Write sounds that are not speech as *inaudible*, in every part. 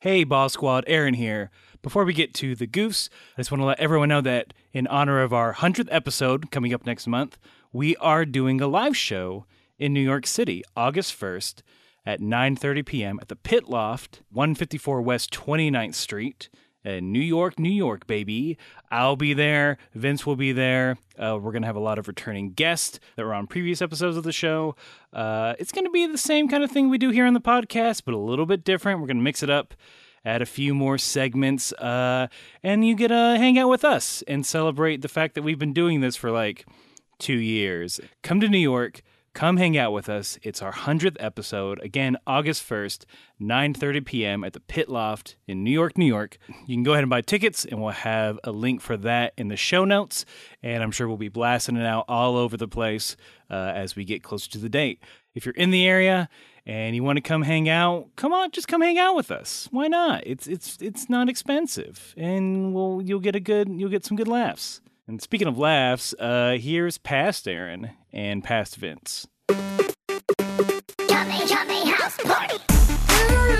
Hey, Boss Squad, Aaron here. Before we get to the goofs, I just want to let everyone know that in honor of our 100th episode coming up next month, we are doing a live show in New York City, August 1st at 9:30 p.m. at the Pit Loft, 154 West 29th Street. in Uh, New York, New York, baby. I'll be there. Vince will be there. Uh, we're going to have a lot of returning guests that were on previous episodes of the show. Uh, it's going to be the same kind of thing we do here on the podcast, but a little bit different. We're going to mix it up, add a few more segments, uh, and you get to hang out with us and celebrate the fact that we've been doing this for like two years. Come to New York. Come hang out with us. It's our 100th episode. Again, August 1st, 9.30 p.m. at the Pit Loft in New York, New York. You can go ahead and buy tickets, and we'll have a link for that in the show notes. And I'm sure we'll be blasting it out all over the place uh, as we get closer to the date. If you're in the area and you want to come hang out, come on, just come hang out with us. Why not? It's it's it's not expensive, and we'll, you'll get a good you'll get some good laughs. And speaking of laughs, uh, here's past Aaron and past Vince. Yummy, yummy house party.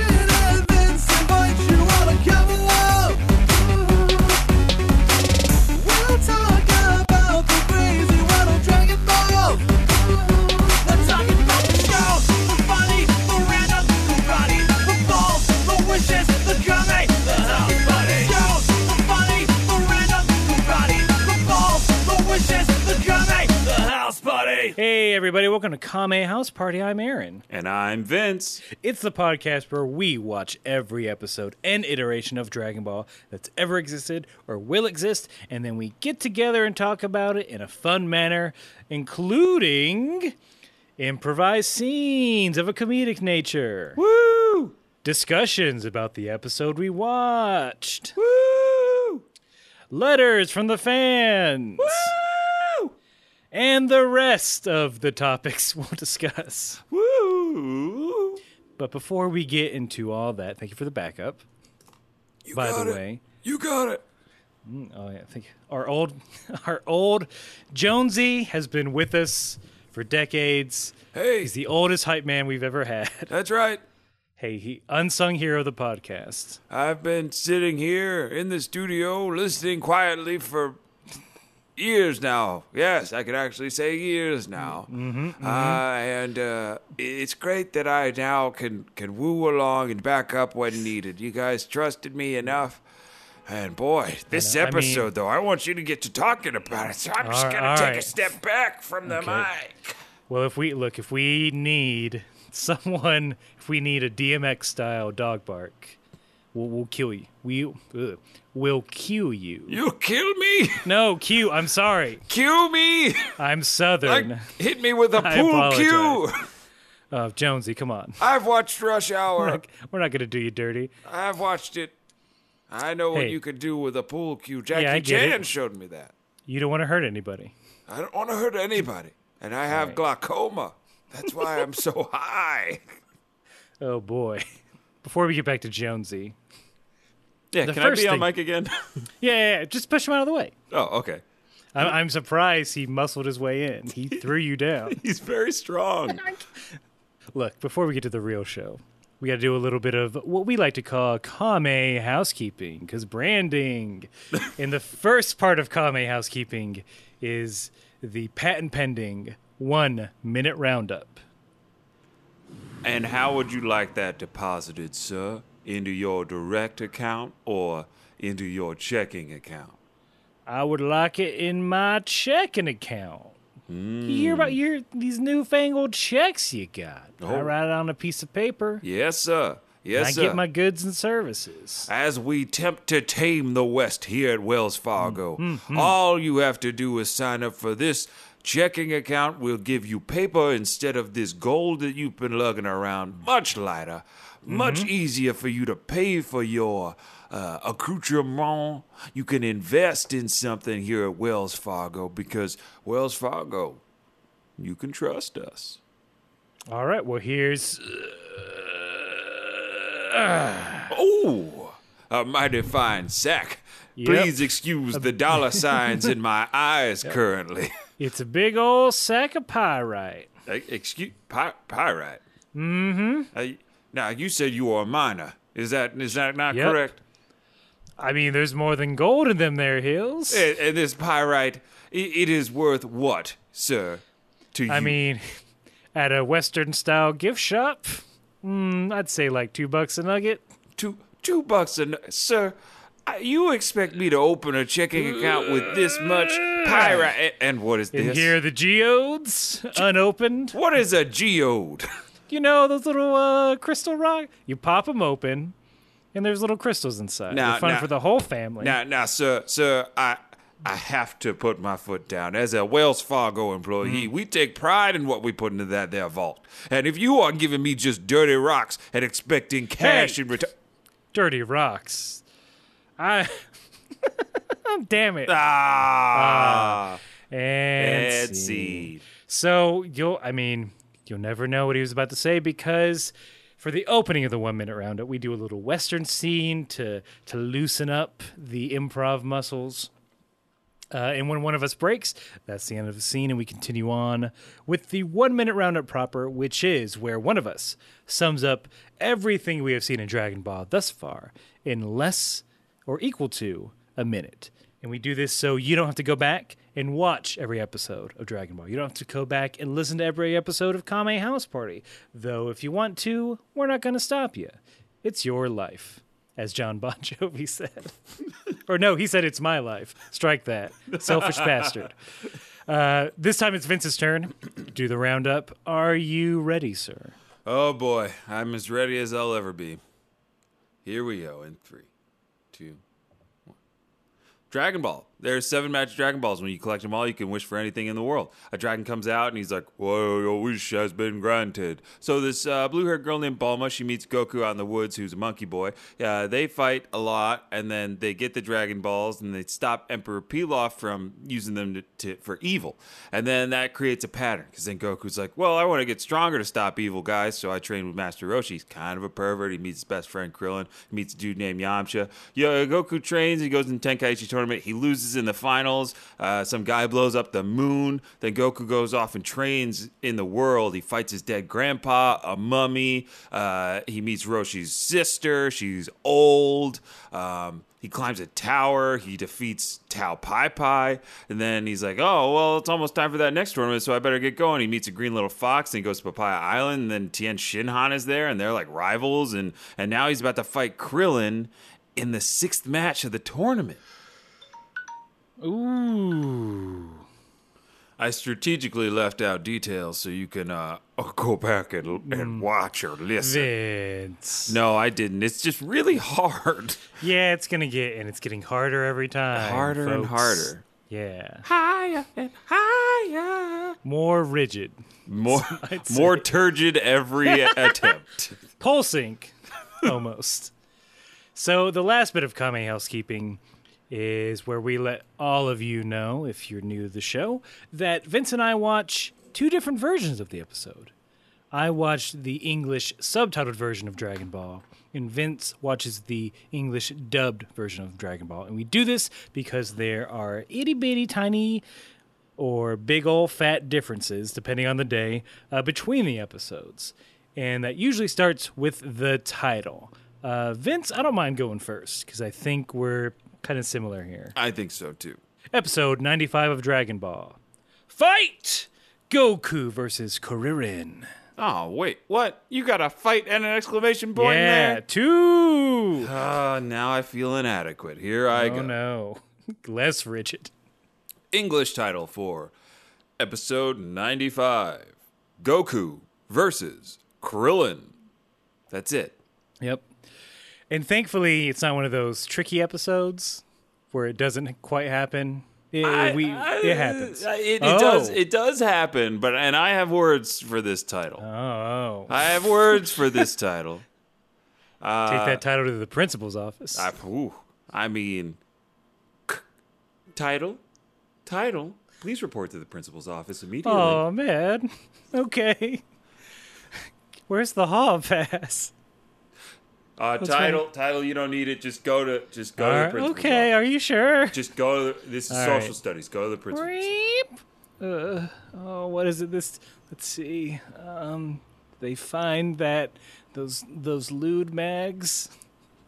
Hey, everybody, welcome to Kame House Party. I'm Aaron. And I'm Vince. It's the podcast where we watch every episode and iteration of Dragon Ball that's ever existed or will exist, and then we get together and talk about it in a fun manner, including improvised scenes of a comedic nature. Woo! Discussions about the episode we watched. Woo! letters from the fans, Woo! and the rest of the topics *laughs* we'll discuss. Woo! But before we get into all that, thank you for the backup. You By got the it. way, You got it. oh yeah, thank you. Our old, *laughs* our old Jonesy has been with us for decades. Hey, He's the oldest hype man we've ever had. *laughs* that's right. Hey, he unsung hero of the podcast. I've been sitting here in the studio listening quietly for years now. Yes, I could actually say years now. Mm-hmm, Uh, and uh, it's great that I now can, can woo along and back up when needed. You guys trusted me enough. And boy, this know, uh, I mean- episode, though, I want you to get to talking about it. So I'm just All- going all to take a right. step back from the Okay. mic. Well, if we look, if we need someone, if we need a DMX style dog bark, we'll, we'll kill you. We ugh, will kill *laughs* you. You kill me? No, Q. I'm sorry. Cue me? I'm Southern. Like, hit me with a *laughs* I pool cue. apologize. Uh, Jonesy, come on. I've watched Rush Hour. *laughs* We're not gonna do you dirty. I've watched it. I know what Hey. you could do with a pool cue. Jackie I get Chan it. showed me that. You don't want to hurt anybody. I don't want to hurt anybody, and I have glaucoma. That's why I'm so *laughs* high. Oh boy. *laughs* Before we get back to Jonesy, Yeah, The can I first be on thing- mic again? yeah, yeah, yeah, just push him out of the way. *laughs* oh, okay. I'm, I'm surprised he muscled his way in. *laughs* He threw you down. He's very strong. Look, before we get to the real show, we got to do a little bit of what we like to call Kame housekeeping, because *laughs* branding. and the first part of Kame housekeeping is the patent pending one minute roundup. And how would you like that deposited, sir? Into your direct account or into your checking account? I would like it in my checking account. You hear about your these newfangled checks you got? I Oh. write it on a piece of paper. Yes, sir. Yes, I sir. get my goods and services. As we attempt to tame the West here at Wells Fargo, all you have to do is sign up for this checking account. We'll give you paper instead of this gold that you've been lugging around. Much lighter, much easier for you to pay for your uh, accoutrement. You can invest in something here at Wells Fargo because Wells Fargo, you can trust us. All right, well here's Oh, a mighty fine sack. Yep. Please excuse *laughs* the dollar signs in my eyes currently. it's a big old sack of pyrite. Excuse py- pyrite. Mm-hmm. now you said you were a miner. Is that is that not Yep. correct? I mean, there's more than gold in them there hills. And, and this pyrite, i it is worth what, sir? To you, I mean, *laughs* at a Western style gift shop, mm, I'd say like two bucks a nugget. two two bucks a n- sir. I, you expect me to open a checking account with this much pyrite? And, and what is And this? here are the geodes, unopened. What is a geode? *laughs* You know, those little uh, crystal rock? You pop them open, and there's little crystals inside. Now- They're fun now- for the whole family. Now, now, sir, sir, I, I have to put my foot down. As a Wells Fargo employee, we take pride in what we put into that there vault. And if you are giving me just dirty rocks and expecting cash Hey. in return, Dirty rocks. I. *laughs* Damn it. ah, And see. Etsy. So you'll, I mean, you'll never know what he was about to say because for the opening of the one minute roundup, we do a little Western scene to to loosen up the improv muscles. Uh, and when one of us breaks, that's the end of the scene, and we continue on with the one minute roundup proper, which is where one of us sums up everything we have seen in Dragon Ball thus far in less or equal to a minute. And we do this so you don't have to go back and watch every episode of Dragon Ball. You don't have to go back and listen to every episode of Kame House Party. Though, if you want to, we're not going to stop you. It's your life, as John Bon *laughs* Jovi said. or no, he said it's my life. Strike that. Selfish *laughs* bastard. Uh, this time it's Vince's turn. Do the roundup. Are you ready, sir? Oh boy, I'm as ready as I'll ever be. Here we go in three, two, one. Dragon Ball. There are seven magic Dragon Balls. When you collect them all, you can wish for anything in the world. A dragon comes out and he's like, Whoa, your wish has been granted. So, this uh, blue haired girl named Balma, she meets Goku out in the woods, who's a monkey boy. Uh, they fight a lot, and then they get the Dragon Balls and they stop Emperor Pilaf from using them to, to, for evil. And then that creates a pattern because then Goku's like, Well, I want to get stronger to stop evil guys, so I train with Master Roshi. He's kind of a pervert. He meets his best friend Krillin, he meets a dude named Yamcha. Yo, Goku trains, he goes in Tenkaichi tournament, he loses in the finals. Uh, some guy blows up the moon. Then Goku goes off and trains in the world. He fights his dead grandpa, a mummy. Uh, he meets Roshi's sister. She's old. Um, he climbs a tower. He defeats Tao Pai Pai. And then he's like, oh, well, it's almost time for that next tournament, so I better get going. He meets a green little fox and he goes to Papaya Island. And then Tien Shinhan is there, and they're like rivals. And, and now he's about to fight Krillin in the sixth match of the tournament. Ooh. I strategically left out details so you can uh, *laughs* go back and, Mm. and watch or listen. Vince. No, I didn't. It's just *laughs* really hard. Yeah, it's going to get, and it's getting harder every time. Harder and folks. harder. Yeah. Higher and higher. More rigid. More, more *laughs* turgid every attempt. Pole sync, *laughs* almost. So the last bit of Kame housekeeping is where we let all of you know, if you're new to the show, that Vince and I watch two different versions of the episode. I watched the English subtitled version of Dragon Ball, and Vince watches the English dubbed version of Dragon Ball. And we do this because there are itty bitty tiny or big old fat differences, depending on the day, uh, between the episodes. And that usually starts with the title. Uh, Vince, I don't mind going first because I think we're kind of similar here. I think so too. Episode 95 of Dragon Ball Fight! Goku versus Kuririn. Oh, wait. What? You got a fight and an exclamation point yeah, there? two! Ah, now I feel inadequate. Here I go. Oh no. *laughs* Less rigid. English title for episode 95 Goku versus Krillin. That's it. Yep. And thankfully, it's not one of those tricky episodes where it doesn't quite happen. It, we, it happens. It, it Oh. does it does happen, but and I have words for this title. Oh, I have words *laughs* for this title. take that title to the principal's office. Uh, I, ooh, I mean k- title title please report to the principal's office immediately. oh man. *laughs* Okay. *laughs* Where's the hall pass? uh, title title you don't need it just go to just go to the Are- principal's okay, office. are you sure? Just go to the, this is All social right. studies. Go to the principal's Creep. Uh, oh, what is it? This. Let's see. Um, they find that those those lewd mags.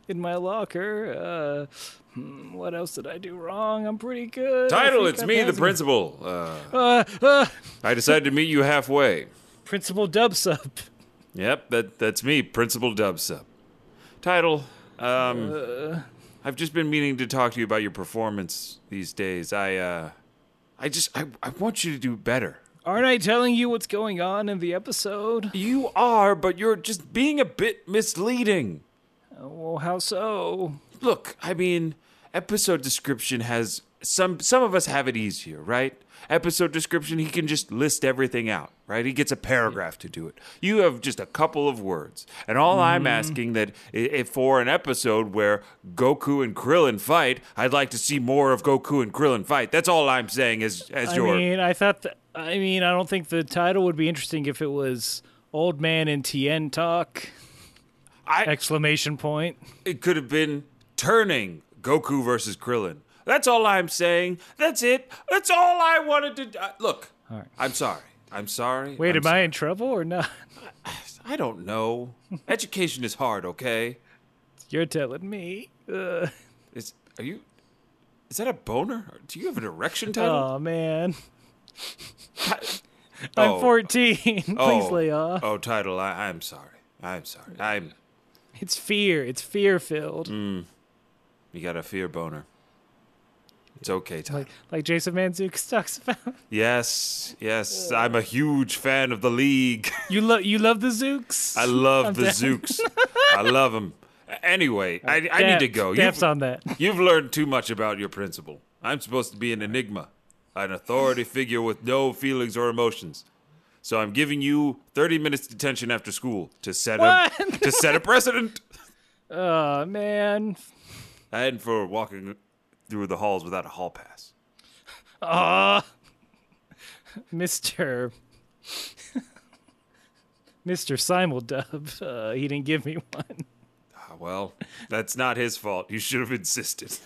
in my locker. Uh, hmm, what else did I do wrong? I'm pretty good. I Title, think it's I'm me, the passing." principal. Uh, Uh, uh, I decided to meet you halfway. principal Dub Sub. Yep, that that's me, Principal Dubsub. Title, um, I've just been meaning to talk to you about your performance these days. I, uh, I just, I, I want you to do better. Aren't I telling you what's going on in the episode? You are, but you're just being a bit misleading. Well, Oh, how so? Look, I mean, episode description has some some of us have it easier, right? Episode description, he can just list everything out, right? He gets a paragraph to do it. You have just a couple of words. And all Mm-hmm. I'm asking that if for an episode where Goku and Krillin fight, I'd like to see more of Goku and Krillin fight. That's all I'm saying as as I your mean, I thought. That, I mean, I don't think the title would be interesting if it was "Old Man and Tien Talk!" I- Exclamation point. it could have been turning Goku versus Krillin. That's all I'm saying. That's it. That's all I wanted to uh, look. I'm sorry. I'm sorry. Wait, I'm am I in trouble or not? *laughs* I don't know. Education is hard, okay? You're telling me. Ugh. Is are you Is that a boner? Do you have an erection title? Oh *laughs* man, Oh. I'm 14. *laughs* Please Oh. lay off. Oh, title. I, I'm sorry. I'm sorry. I'm Oh. It's fear. It's fear filled. Mm. You got a fear boner. It's okay, title. Like like Jason Manzukis *laughs* talks about. yes. Yes. I'm a huge fan of the league. You love you love the Zooks. *laughs* I love the Zooks. I love them. Anyway, I, I need to go. Dap's You've, on that. you've learned too much about your principal. I'm supposed to be an enigma, an authority figure with no feelings or emotions. So I'm giving you 30 minutes detention after school to set a What? *laughs* to set a precedent, Oh man. and for walking through the halls without a hall pass. Ah, Mister. *laughs* Mr. Simuldub, uh, he didn't give me one. Ah, well, that's not his fault. You should have insisted.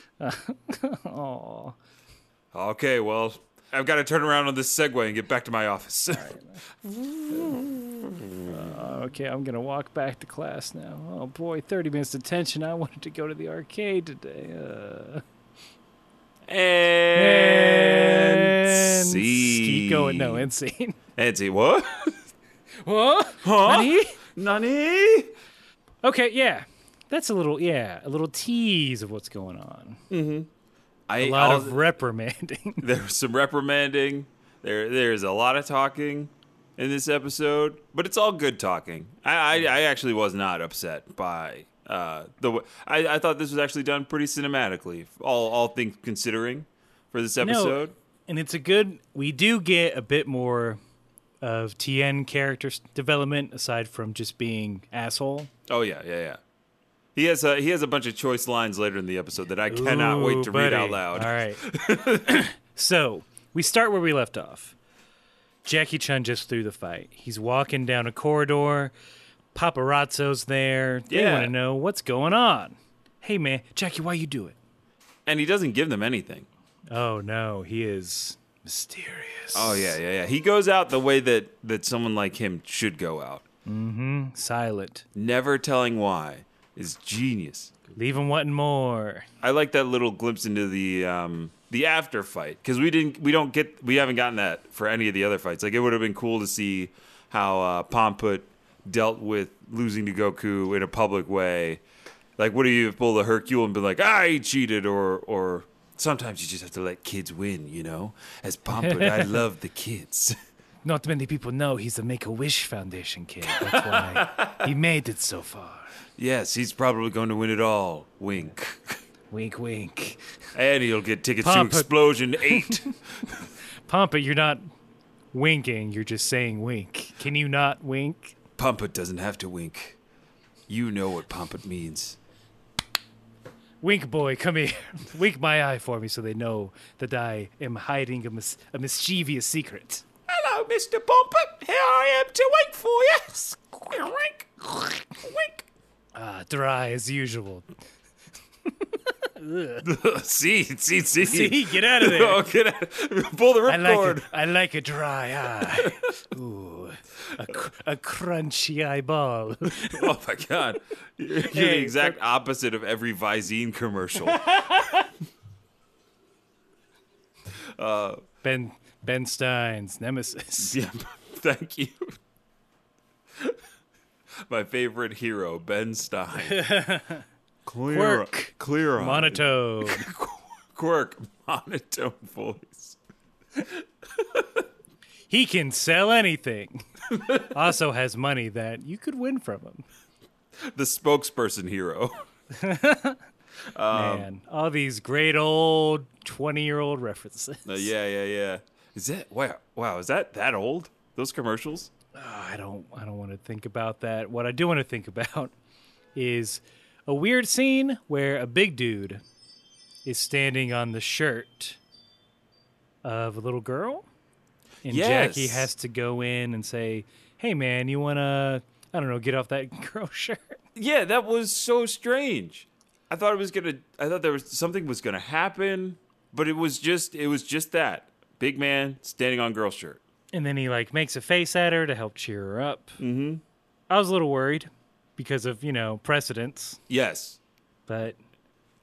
Oh, Okay, well, I've got to turn around on this segue and get back to my office. okay, I'm gonna walk back to class now. Oh boy, 30 minutes detention. I wanted to go to the arcade today. Uh, Eh. And, and see. keep going. No, and scene. And *laughs* see what? Huh? Honey? Nani? Okay, yeah, that's a little yeah, a little tease of what's going on. I, A lot I'll- of reprimanding. *laughs* there's some reprimanding. There there's a lot of talking in this episode, but it's all good talking. I Hmm. I, I actually was not upset by uh the w- I, I thought this was actually done pretty cinematically. All all things considering for this episode. and it's a good. We do get a bit more of Tien character s- development aside from just being asshole. Oh yeah, yeah, yeah. He has a he has a bunch of choice lines later in the episode that I cannot wait Ooh, to read out buddy. loud. All right. *coughs* *coughs* so we start where we left off. Jackie Chun just threw the fight. He's walking down a corridor. Paparazzo's there. They Yeah. want to know what's going on. Hey man, Jackie, why you do it? And he doesn't give them anything. Oh no, he is mysterious. Oh yeah, yeah, yeah. He goes out the way that that someone like him should go out. silent. Never telling why is genius. Leave him wanting more. I like that little glimpse into the um, the after fight because we didn't, we don't get, we haven't gotten that for any of the other fights. Like it would have been cool to see how uh, Pomput dealt with losing to Goku in a public way. Like, would he have pulled a Hercule and been like, "Ah, he cheated," or or sometimes you just have to let kids win, you know? As Pomput, I love the kids. Not many people know he's a Make a Wish Foundation kid. That's why *laughs* he made it so far. Yes, he's probably going to win it all. *laughs* Wink. Wink, wink. And he'll get tickets Papa- to Explosion *laughs* 8. Pompa, you're not winking. You're just saying wink. Can you not wink? Pompet doesn't have to wink. You know what Pompet means. Wink, boy, come here. *laughs* wink my eye for me so they know that I am hiding a, mis- a mischievous secret. Hello, Mr. Pompet. Here I am to wink for you. Wink. Wink. Ah, dry as usual. *laughs* see, see, *laughs* see. See, *laughs* get out of *laughs* there. Oh, get out. Pull the I like, ripcord. *laughs* a, I like a dry eye. Ooh. a, cr- a crunchy eyeball. *laughs* Oh my god, *laughs* you're the exact opposite of every Visine *laughs* commercial. ben Ben Stein's nemesis. *laughs* yeah, *laughs* thank you. my favorite hero, Ben Stein. *laughs* Clear, Quirk. clear, eyed. Monotone. quirk, monotone voice. He can sell *laughs* anything. also has money that you could win from him. The spokesperson hero. Man, all these great old 20 year old references. *laughs* Uh, yeah, yeah, yeah. Is that wow? Wow, is that that old? Those commercials? I don't I don't want to think about that. What I do want to think about *laughs* is a weird scene where a big dude is standing on the shirt of a little girl and Jackie Yes. has to go in and say, "Hey man, you want to I don't know, get off that *laughs* girl shirt." Yeah, that was so strange. I thought it was gonna. I thought there was something was gonna happen, but it was just. It was just that big man standing on girl shirt. And then he like makes a face at her to help cheer her up. Mhm. I was a little worried because of, you know, precedence, Yes, but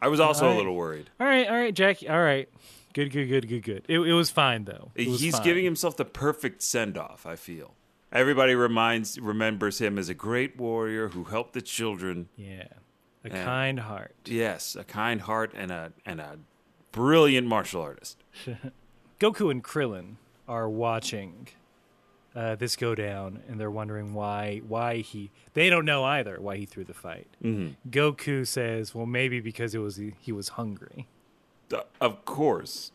I was also Alright. a little worried. All right, all right, Jackie. All right. Good, good, good, good, good. It, it was fine though. It was He's fine. giving himself the perfect send off. I feel everybody reminds remembers him as a great warrior who helped the children. yeah, a kind heart. Yes, a kind heart and a and a brilliant martial artist. Goku and Krillin are watching uh, this go down, and they're wondering why why he. They don't know either why he threw the fight. Mm-hmm. Goku says, "Well, maybe because it was he, he was hungry. Uh, Of course,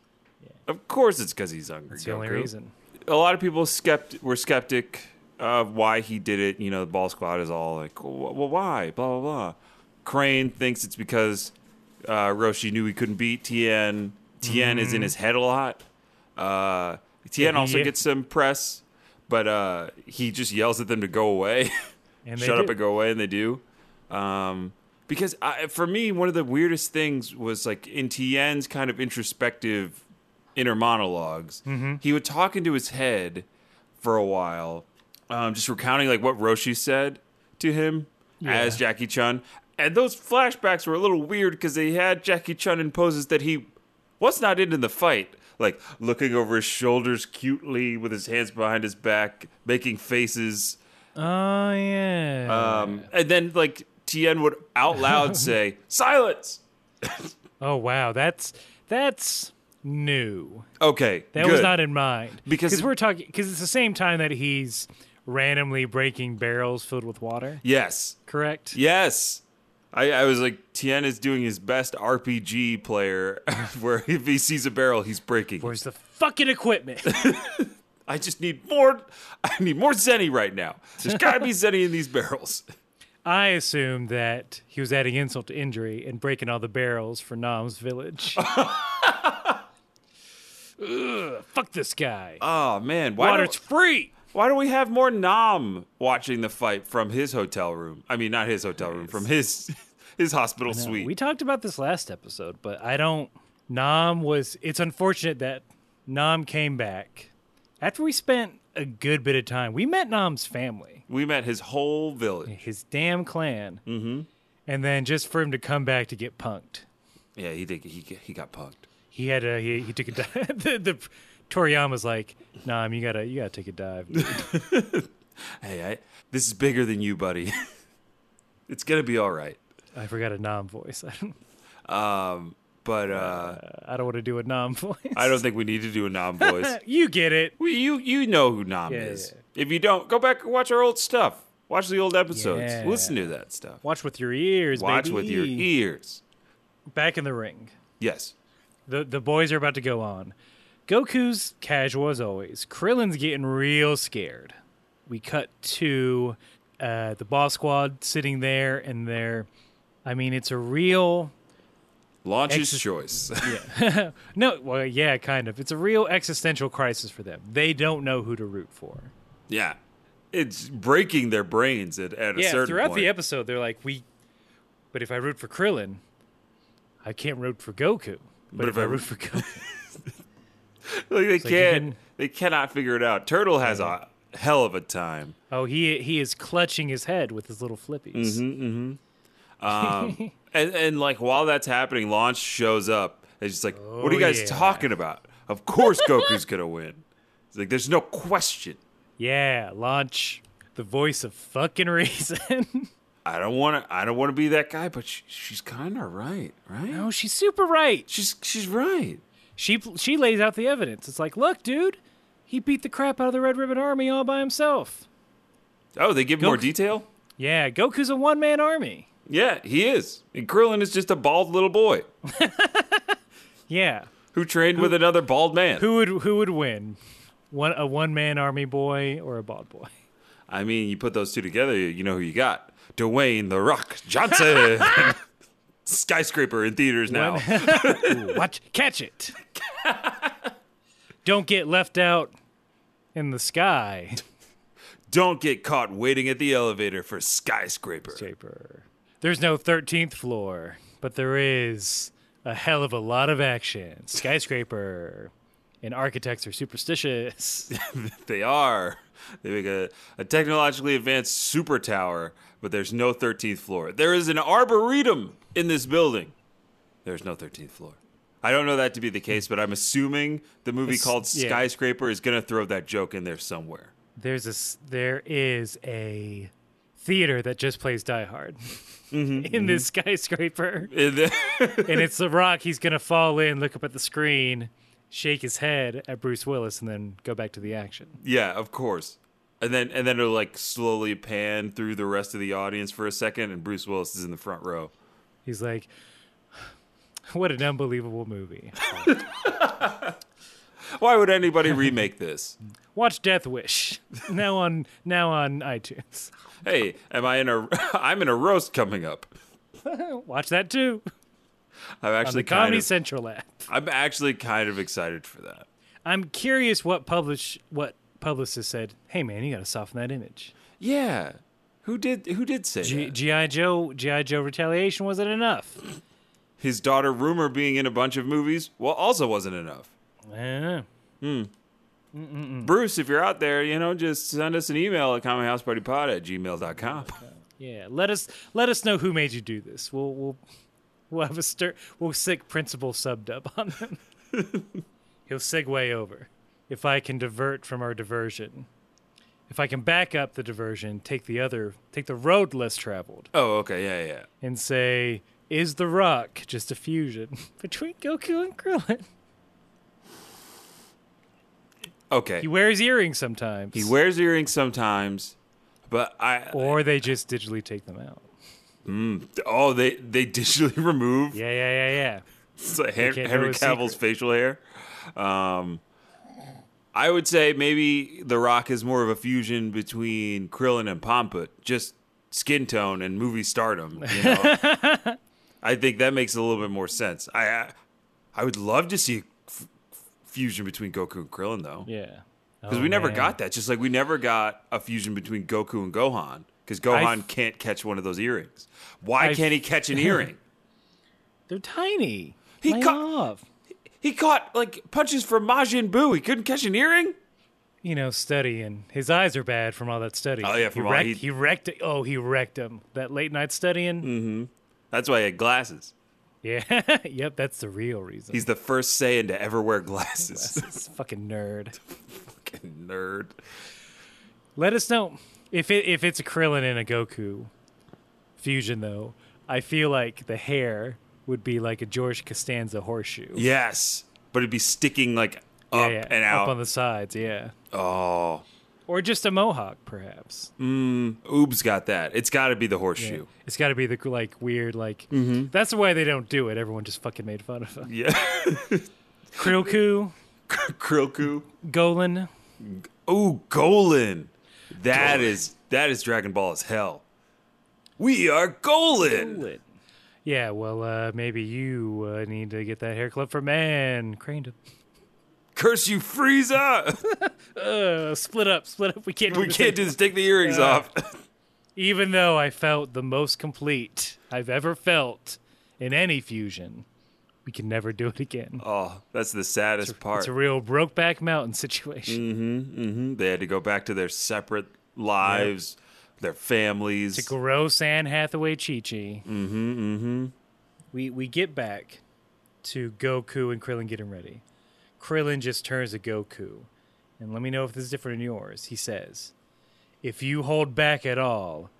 of course, it's because he's hungry. That's the only Goku. reason." a lot of people skept- were skeptic of why he did it. You know, the ball squad is all like, "Wh- well, why? Blah, blah, blah. Crane thinks it's because uh, Roshi knew he couldn't beat Tien. Tien is in his head a lot. Uh, Tien he- also gets some press, but uh, he just yells at them to go away. *laughs* And they Shut up do. and go away, and they do. Um, because I, for me, one of the weirdest things was like in Tien's kind of introspective inner monologs Mm-hmm. he would talk into his head for a while, um, just recounting like what Roshi said to him as Jackie Chun. And those flashbacks were a little weird because they had Jackie Chun in poses that he was not in in the fight, like looking over his shoulders cutely with his hands behind his back, making faces. Oh yeah. Um, and then like Tien would out *laughs* loud say, "Silence." oh wow. That's that's new. Okay, That good. was not in mind Because it- we're talking because it's the same time that he's randomly breaking barrels filled with water. yes. Correct. Yes. I, I was like, Tien is doing his best RPG player, *laughs* where if he sees a barrel, he's breaking. Where's the fucking *laughs* equipment? I just need more. *laughs* I need more Zenny right now. There's gotta be Zenny in these barrels. *laughs* I assume that he was adding insult to injury and breaking all the barrels for Nam's *laughs* village. Ugh, fuck this guy. Oh man, why Water's don't, free. why don't we have more Nam watching the fight from his hotel room? I mean, not his hotel room, from his *laughs* his hospital suite. We talked about this last episode, but I don't. Nam was. It's unfortunate that Nam came back after we spent a good bit of time. We met Nam's family, we met his whole village. his damn clan, mm-hmm. and then just for him to come back to get punked. Yeah, he did. He he got punked. He had a he, he took a dive. *laughs* the, the Toriyama's like, Nam, you gotta you gotta take a dive. *laughs* dude." Hey, I, this is bigger than you, buddy. *laughs* it's gonna be all right. I forgot a Nam voice. I don't, Um, but uh, I don't want to do a Nam *laughs* voice. I don't think we need to do a Nam voice. you get it. *laughs* we, you you know who Nam Yeah, is. yeah, If you don't, go back and watch our old stuff. Watch the old episodes. Yeah. Listen to that stuff. Watch with your ears. Watch baby. with your e-, ears. Back in the ring. Yes. The the boys are about to go on. Goku's casual as always. Krillin's getting real scared. We cut to uh, the boss squad sitting there, and they're. I mean, it's a real Launch Exis- his choice. *laughs* no. Well, yeah, kind of. It's a real existential crisis for them. They don't know who to root for. yeah. It's breaking their brains at, at a Yeah, certain throughout point. the episode, they're like, "We," but if I root for Krillin, I can't root for Goku. But, if, I root for Goku, *laughs* *laughs* Like, they you can't. can- They cannot figure it out. Turtle has a hell of a time. Oh, he he is clutching his head with his little flippies. And and like while that's happening, Launch shows up. It's just like, what are you guys Oh, yeah. talking about? Of course, Goku's gonna win. It's like there's no question. Yeah, launch the voice of fucking reason. *laughs* I don't want to. I don't want to be that guy, but she, she's kind of right, right? no, she's super right. She's she's right. She she lays out the evidence. It's like, look, dude, he beat the crap out of the Red Ribbon Army all by himself. Oh, they give more Goku- detail. Yeah, Goku's a one man army. Yeah, he is. And Krillin is just a bald little boy Yeah, who trained with another bald man. who would who would win? One a one man army boy or a bald boy? I mean, you put those two together, you know who you got: Dwayne the Rock *laughs* Johnson, skyscraper in theaters now. Ooh, *laughs* watch, catch it. Don't get left out in the sky, Don't get caught waiting at the elevator for skyscraper. Japer. There's no 13th floor, but there is a hell of a lot of action. Skyscraper. And architects are *laughs* superstitious. They are. They make a, a technologically advanced super tower, but there's no 13th floor. There is an arboretum in this building. There's no 13th floor. I don't know that to be the case, but I'm assuming the movie It's- called yeah. Skyscraper is going to throw that joke in there somewhere. There's a s- there is a theater that just plays Die Hard *laughs* in this skyscraper. And then- *laughs* and it's The Rock. He's gonna fall in, look up at the screen, shake his head at Bruce Willis, and then go back to the action. yeah, of course. And then and then it'll like slowly pan through the rest of the audience for a second, and Bruce Willis is in the front row. He's like, *sighs* "What an unbelievable movie! Why *laughs* would anybody remake this? Watch Death Wish now on now on iTunes. Hey, am I in a? *laughs* I'm in a roast coming up. Watch that too I'm on the actually kind Comedy of, Central app." I'm actually kind of excited for that. I'm curious what publish what publicist said. Hey man, you gotta soften that image. Yeah. Who did who did say G- that? GI Joe GI Joe Retaliation wasn't enough. His daughter rumor being in a bunch of movies, well also wasn't enough. I don't know. Hmm. Bruce, if you're out there, you know, just send us an email at commonhousepartypod at gmail.com. Yeah, let us let us know who made you do this. We'll we'll we'll have a stir. We'll sick principal subbed up on them. *laughs* He'll segue over if I can divert from our diversion. If I can back up the diversion, take the other, take the road less traveled, *laughs* Oh, okay, yeah, yeah, yeah. and say, is the rock just a fusion *laughs* between Goku and Krillin? *laughs* Okay. He wears earrings sometimes, He wears earrings sometimes, but I or they just digitally take them out. oh they they *laughs* digitally remove Yeah, yeah, yeah, yeah. *laughs* It's like Hen- can't know Henry his Cavill's secret. facial hair. Um, I would say maybe The Rock is more of a fusion between Krillin and Pompa, just skin tone and movie stardom. You know? *laughs* I think that makes a little bit more sense. I I, I would love to see a f- fusion between Goku and Krillin though, Yeah. Oh, because we never got that. Just like we never got a fusion between Goku and Gohan, because Gohan can't catch one of those earrings. Why I've- can't he catch an earring? *laughs* They're tiny. He Lay cut- off. He caught like punches from Majin Buu. He couldn't catch an earring. you know, studying. His eyes are bad from all that studying. Oh, yeah, he from all- wrecked, he- he... wrecked. Oh, he wrecked him. That late night studying. Mm. That's why he had glasses. *laughs* Yeah, yep, that's the real reason. *laughs* He's the first Saiyan to ever wear glasses. He's a fucking nerd. Fucking nerd. Let us know if it if it's a Krillin and a Goku fusion though. I feel like the hair would be like a George Costanza horseshoe. Yes, but it'd be sticking like Yeah, up yeah, and out. up on the sides. Yeah, oh, or just a mohawk perhaps. Oob's got that. It's got to be the Yeah. horseshoe. It's got to be the like weird like. That's why they don't do it. Everyone just fucking made fun of him. Mm-hmm. Yeah, *laughs* Krillku, Krillku. Golan. Ooh, Golan. That is that is Dragon Ball as hell. We are Golan. Yeah, well, uh, maybe you uh, need to get that hair club for man. Crane Curse you, Frieza. *laughs* to uh, split up, split up. We can't. Do we this can't do this. Take the earrings off. *laughs* Even though I felt the most complete I've ever felt in any fusion we can never do it again. Oh, that's the saddest part. It's a real Brokeback Mountain situation. hmm They had to go back to their separate lives, their families. Gross Anne Hathaway Chi Chi. Mm-hmm, mm-hmm. We we get back to Goku and Krillin getting ready. Krillin just turns to Goku, and let me know if this is different than yours. He says, "If you hold back at all,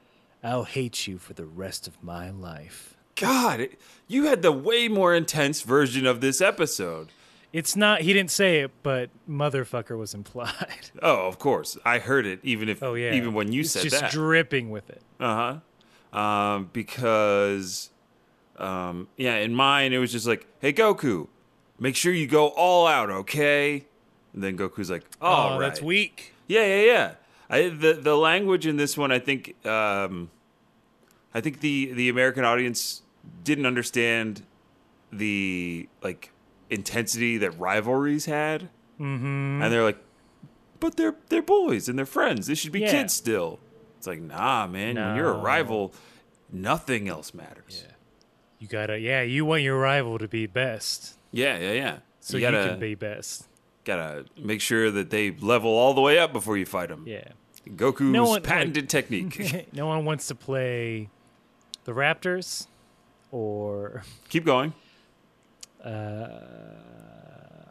I'll hate you for the rest of my life." God, it- you had the way more intense version of this episode. It's not. He didn't say it, but motherfucker was implied. Oh, of course, I heard it. Even *laughs* if, Oh yeah. even when you it's said just that, dripping with it. uh huh, um, because, um, yeah, in mine it was just like, "Hey Goku, make sure you go all out, okay?" And then Goku's like, "All right." oh, that's weak. Yeah, yeah, yeah. I, the the language in this one, I think, um, I think the the American audience didn't understand the like intensity that rivalries had, mm-hmm. and they're like, but they're they're boys and they're friends. They should be Yeah. kids still. It's like, nah, man. When you're a No. rival, nothing else matters. You gotta. Yeah, you want your rival to be best, Yeah, yeah, yeah. so you gotta you can be best. gotta make sure that they level all the way up before you fight them. Yeah. Goku's No one- *laughs* patented technique. no one wants to play the Raptors or uh, Keep going.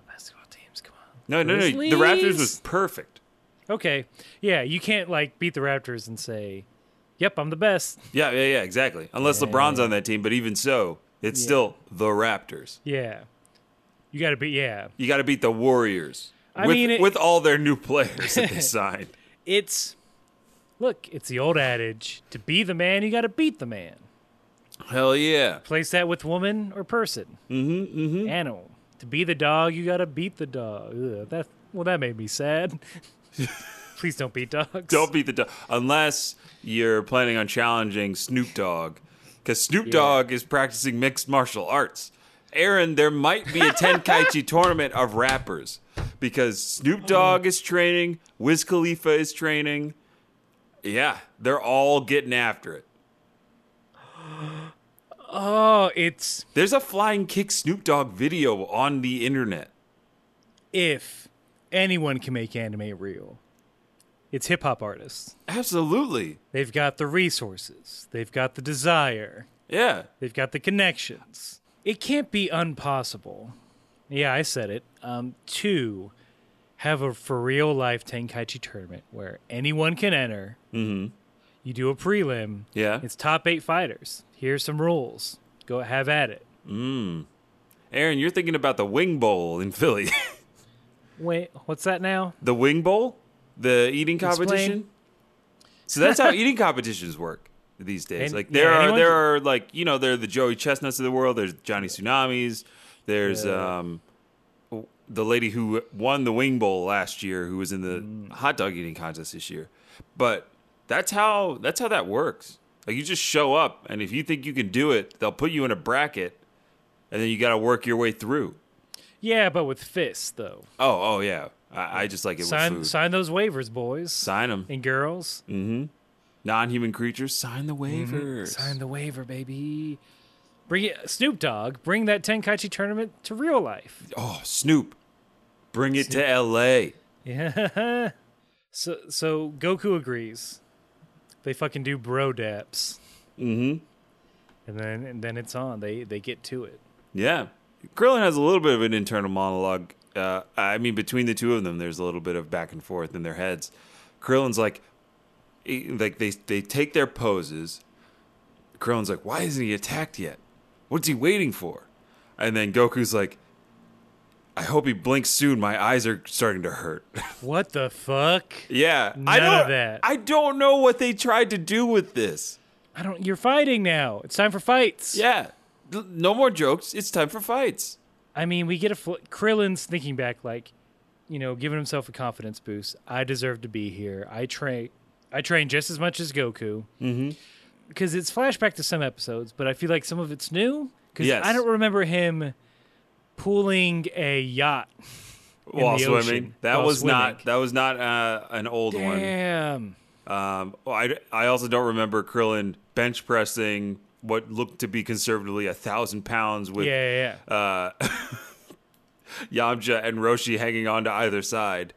basketball teams. Come on. No, no, no. The Raptors was perfect. Okay. Yeah, you can't like beat the Raptors and say, "Yep, I'm the best." *laughs* Yeah, yeah, yeah, exactly. Unless LeBron's on that team, but even so, it's still the Raptors. Yeah. You got to be. Yeah. You got to beat the Warriors. I with, mean, it- with all their new players that they *laughs* signed. It's look. It's the old adage: to be the man, you got to beat the man. Hell yeah. Place that with woman or person. Mm-hmm. mm-hmm. Animal. To be the dog, you got to beat the dog. Ugh, that well, that made me sad. *laughs* Please don't beat dogs. Don't beat the dog. Unless you're planning on challenging Snoop Dogg, because Snoop Dogg is practicing mixed martial arts. Aaron, there might be a Tenkaichi tournament of rappers because Snoop Dogg is training, Wiz Khalifa is training. Yeah, they're all getting after it. Oh, it's There's a flying kick Snoop Dogg video on the internet. if anyone can make anime real, it's hip hop artists. Absolutely. They've got the resources, they've got the desire, Yeah. they've got the connections. It can't be impossible. Yeah, I said it. Um, to have a for real life Tenkaichi tournament where anyone can enter. Mm-hmm. You do a prelim. Yeah. It's top eight fighters. Here's some rules. Go have at it. Aaron, you're thinking about the Wing Bowl in Philly. *laughs* Wait, what's that now? the Wing Bowl? The eating competition? So *laughs* that's how eating competitions work these days. And- like there yeah, are anyone there can- are like, you know, there are the Joey Chestnuts of the world, there's Johnny Tsunamis, there's um the lady who won the Wing Bowl last year who was in the Mm. hot dog eating contest this year. But that's how that's how that works. Like you just show up and if you think you can do it, they'll put you in a bracket and then you got to work your way through. Yeah, but with fists though. Oh, oh yeah. I, I just like it Sign with food. sign those waivers, boys. Sign them. and girls. Non-human creatures sign the waivers. Mm-hmm. Sign the waiver, baby. Bring it, Snoop Dogg. Bring that Tenkaichi tournament to real *laughs* life. oh, Snoop, bring it to L.A. Yeah. So so Goku agrees. They fucking do bro daps. Mm-hmm. And then and then it's on. They they get to it. Yeah, Krillin has a little bit of an internal monologue. Uh, I mean, between the two of them, there's a little bit of back and forth in their heads. Krillin's like, he- like they they take their poses. Krillin's like, why isn't he attacked yet? What's he waiting for? And then Goku's like, I hope he blinks soon. My eyes are starting to hurt. *laughs* What the fuck? yeah, I None don't. of that. I don't know what they tried to do with this. I don't. You're fighting now. It's time for fights. Yeah. L- No more jokes. It's time for fights. I mean, we get a fl- Krillin's thinking back, like, you know, giving himself a confidence boost. I deserve to be here. I train, I train just as much as Goku. Mm-hmm. Because it's flashback to some episodes, but I feel like some of it's new. Because Yes. I don't remember him pulling a yacht. while the swimming. ocean, That while was not swimming. that was not uh, an old one. Damn. Um well, I I also don't remember Krillin bench pressing what looked to be conservatively a thousand pounds with Yeah, yeah, yeah. uh, Yamcha and Roshi hanging on to either side.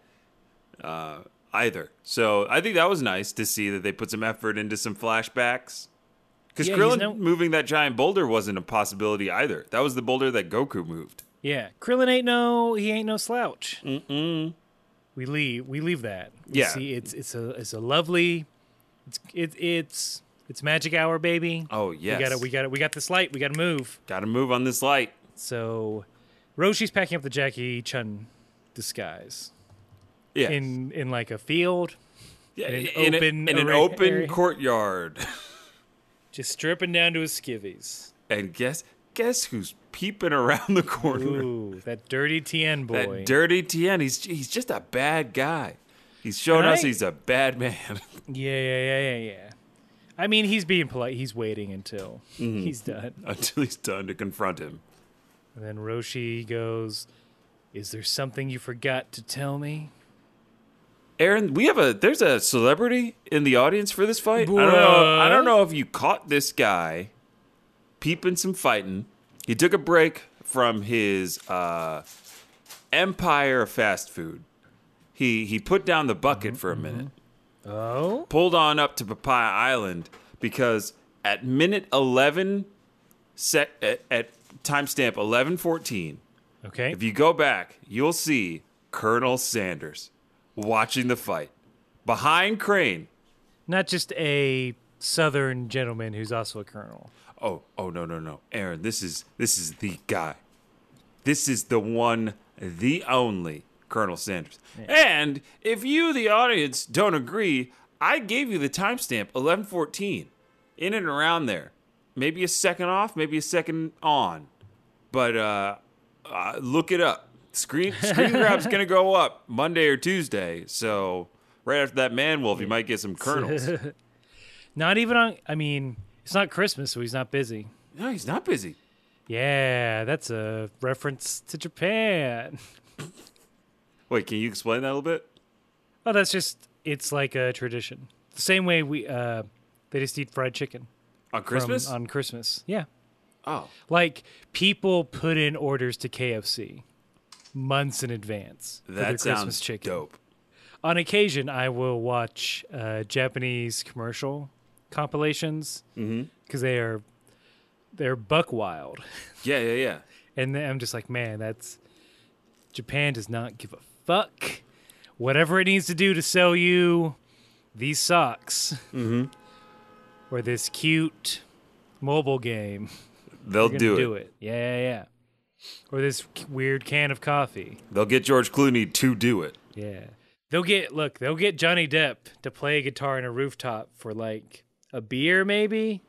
Uh, either. So I think that was nice to see that they put some effort into some flashbacks. Because Yeah, he's Krillin no- moving that giant boulder wasn't a possibility either. That was the boulder that Goku moved. Yeah, Krillin ain't no he ain't no slouch. Mm-mm. We leave we leave that. We Yeah. see, it's it's a it's a lovely, it's it, it's it's magic hour, baby. Oh yes, We got it. We got it. We got this light. We got to move. got to move on this light. So, Roshi's packing up the Jackie Chun disguise Yeah, in in like a field, yeah, an in, a- open in an array- open area. courtyard. *laughs* just stripping down to his skivvies. and guess guess who's peeping around the corner? Ooh, that dirty Tien boy. That dirty Tien. He's he's just a bad guy. He's showing And us I- he's a bad man. *laughs* yeah, yeah, yeah, yeah, yeah. I mean, he's being polite. He's waiting until Mm-hmm. he's done. until he's done to confront him. And then Roshi goes, Is there something you forgot to tell me? Aaron, we have a there's a celebrity in the audience for this fight. I don't know. I don't know if you caught this guy peeping some fighting. He took a break from his uh, empire of fast food. He he put down the bucket for a minute. Oh? pulled on up to Papaya Island because at minute 11 sec at, at timestamp 11:14 Okay. if you go back you'll see Colonel Sanders watching the fight behind Crane Not just a southern gentleman who's also a colonel. oh oh no no no Aaron this is this is the guy this is the one the only Colonel Sanders and if you the audience don't agree I gave you the timestamp 11:14 in and around there maybe a second off maybe a second on but uh, uh look it up screen screen grab's gonna go up Monday or Tuesday so right after that man wolf you might get some colonels Not even on, I mean, it's not Christmas, so he's not busy. no he's not busy Yeah, that's a reference to Japan. *laughs* wait can you explain that a little bit Oh, that's just, it's like a tradition. The same way we, uh, they just eat fried chicken on from- uh, Christmas on Christmas. Yeah. Oh, Like people put in orders to KFC months in advance for their that Christmas sounds chicken. dope. On occasion, I will watch uh, Japanese commercial compilations Mm-hmm. because they are they're buck wild, Yeah, yeah, yeah. and then I'm just like, man, that's Japan does not give a fuck. Whatever it needs to do to sell you these socks Mm-hmm. or this cute mobile game, They'll gonna do, it. do it. Yeah, yeah, yeah. Or this c- weird can of coffee. They'll get George Clooney to do it. Yeah. They'll get look, they'll get Johnny Depp to play a guitar in a rooftop for like a beer maybe.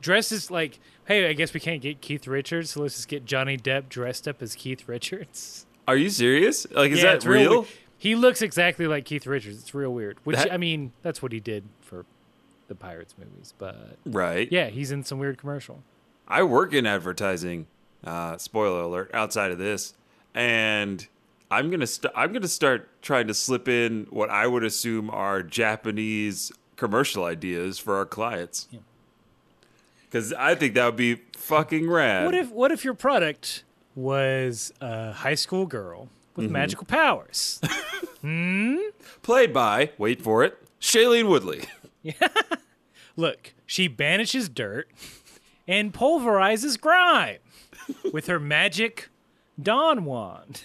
Dresses like, hey, I guess we can't get Keith Richards, so let's just get Johnny Depp dressed up as Keith Richards. *laughs* Are you serious? Like, is that it's real real? we- He looks exactly like Keith Richards. It's real weird. Which That- I mean, that's what he did for the Pirates movies, but Right. yeah, he's in some weird commercial. I work in advertising. Uh, spoiler alert. Outside of this, and I'm gonna st- I'm gonna start trying to slip in what I would assume are Japanese commercial ideas for our clients. Because I think that would be fucking rad. What if what if your product was a high school girl Mm-hmm. with magical powers? Played by, wait for it, Shailene Woodley. Look, she banishes dirt and pulverizes grime with her magic dawn wand,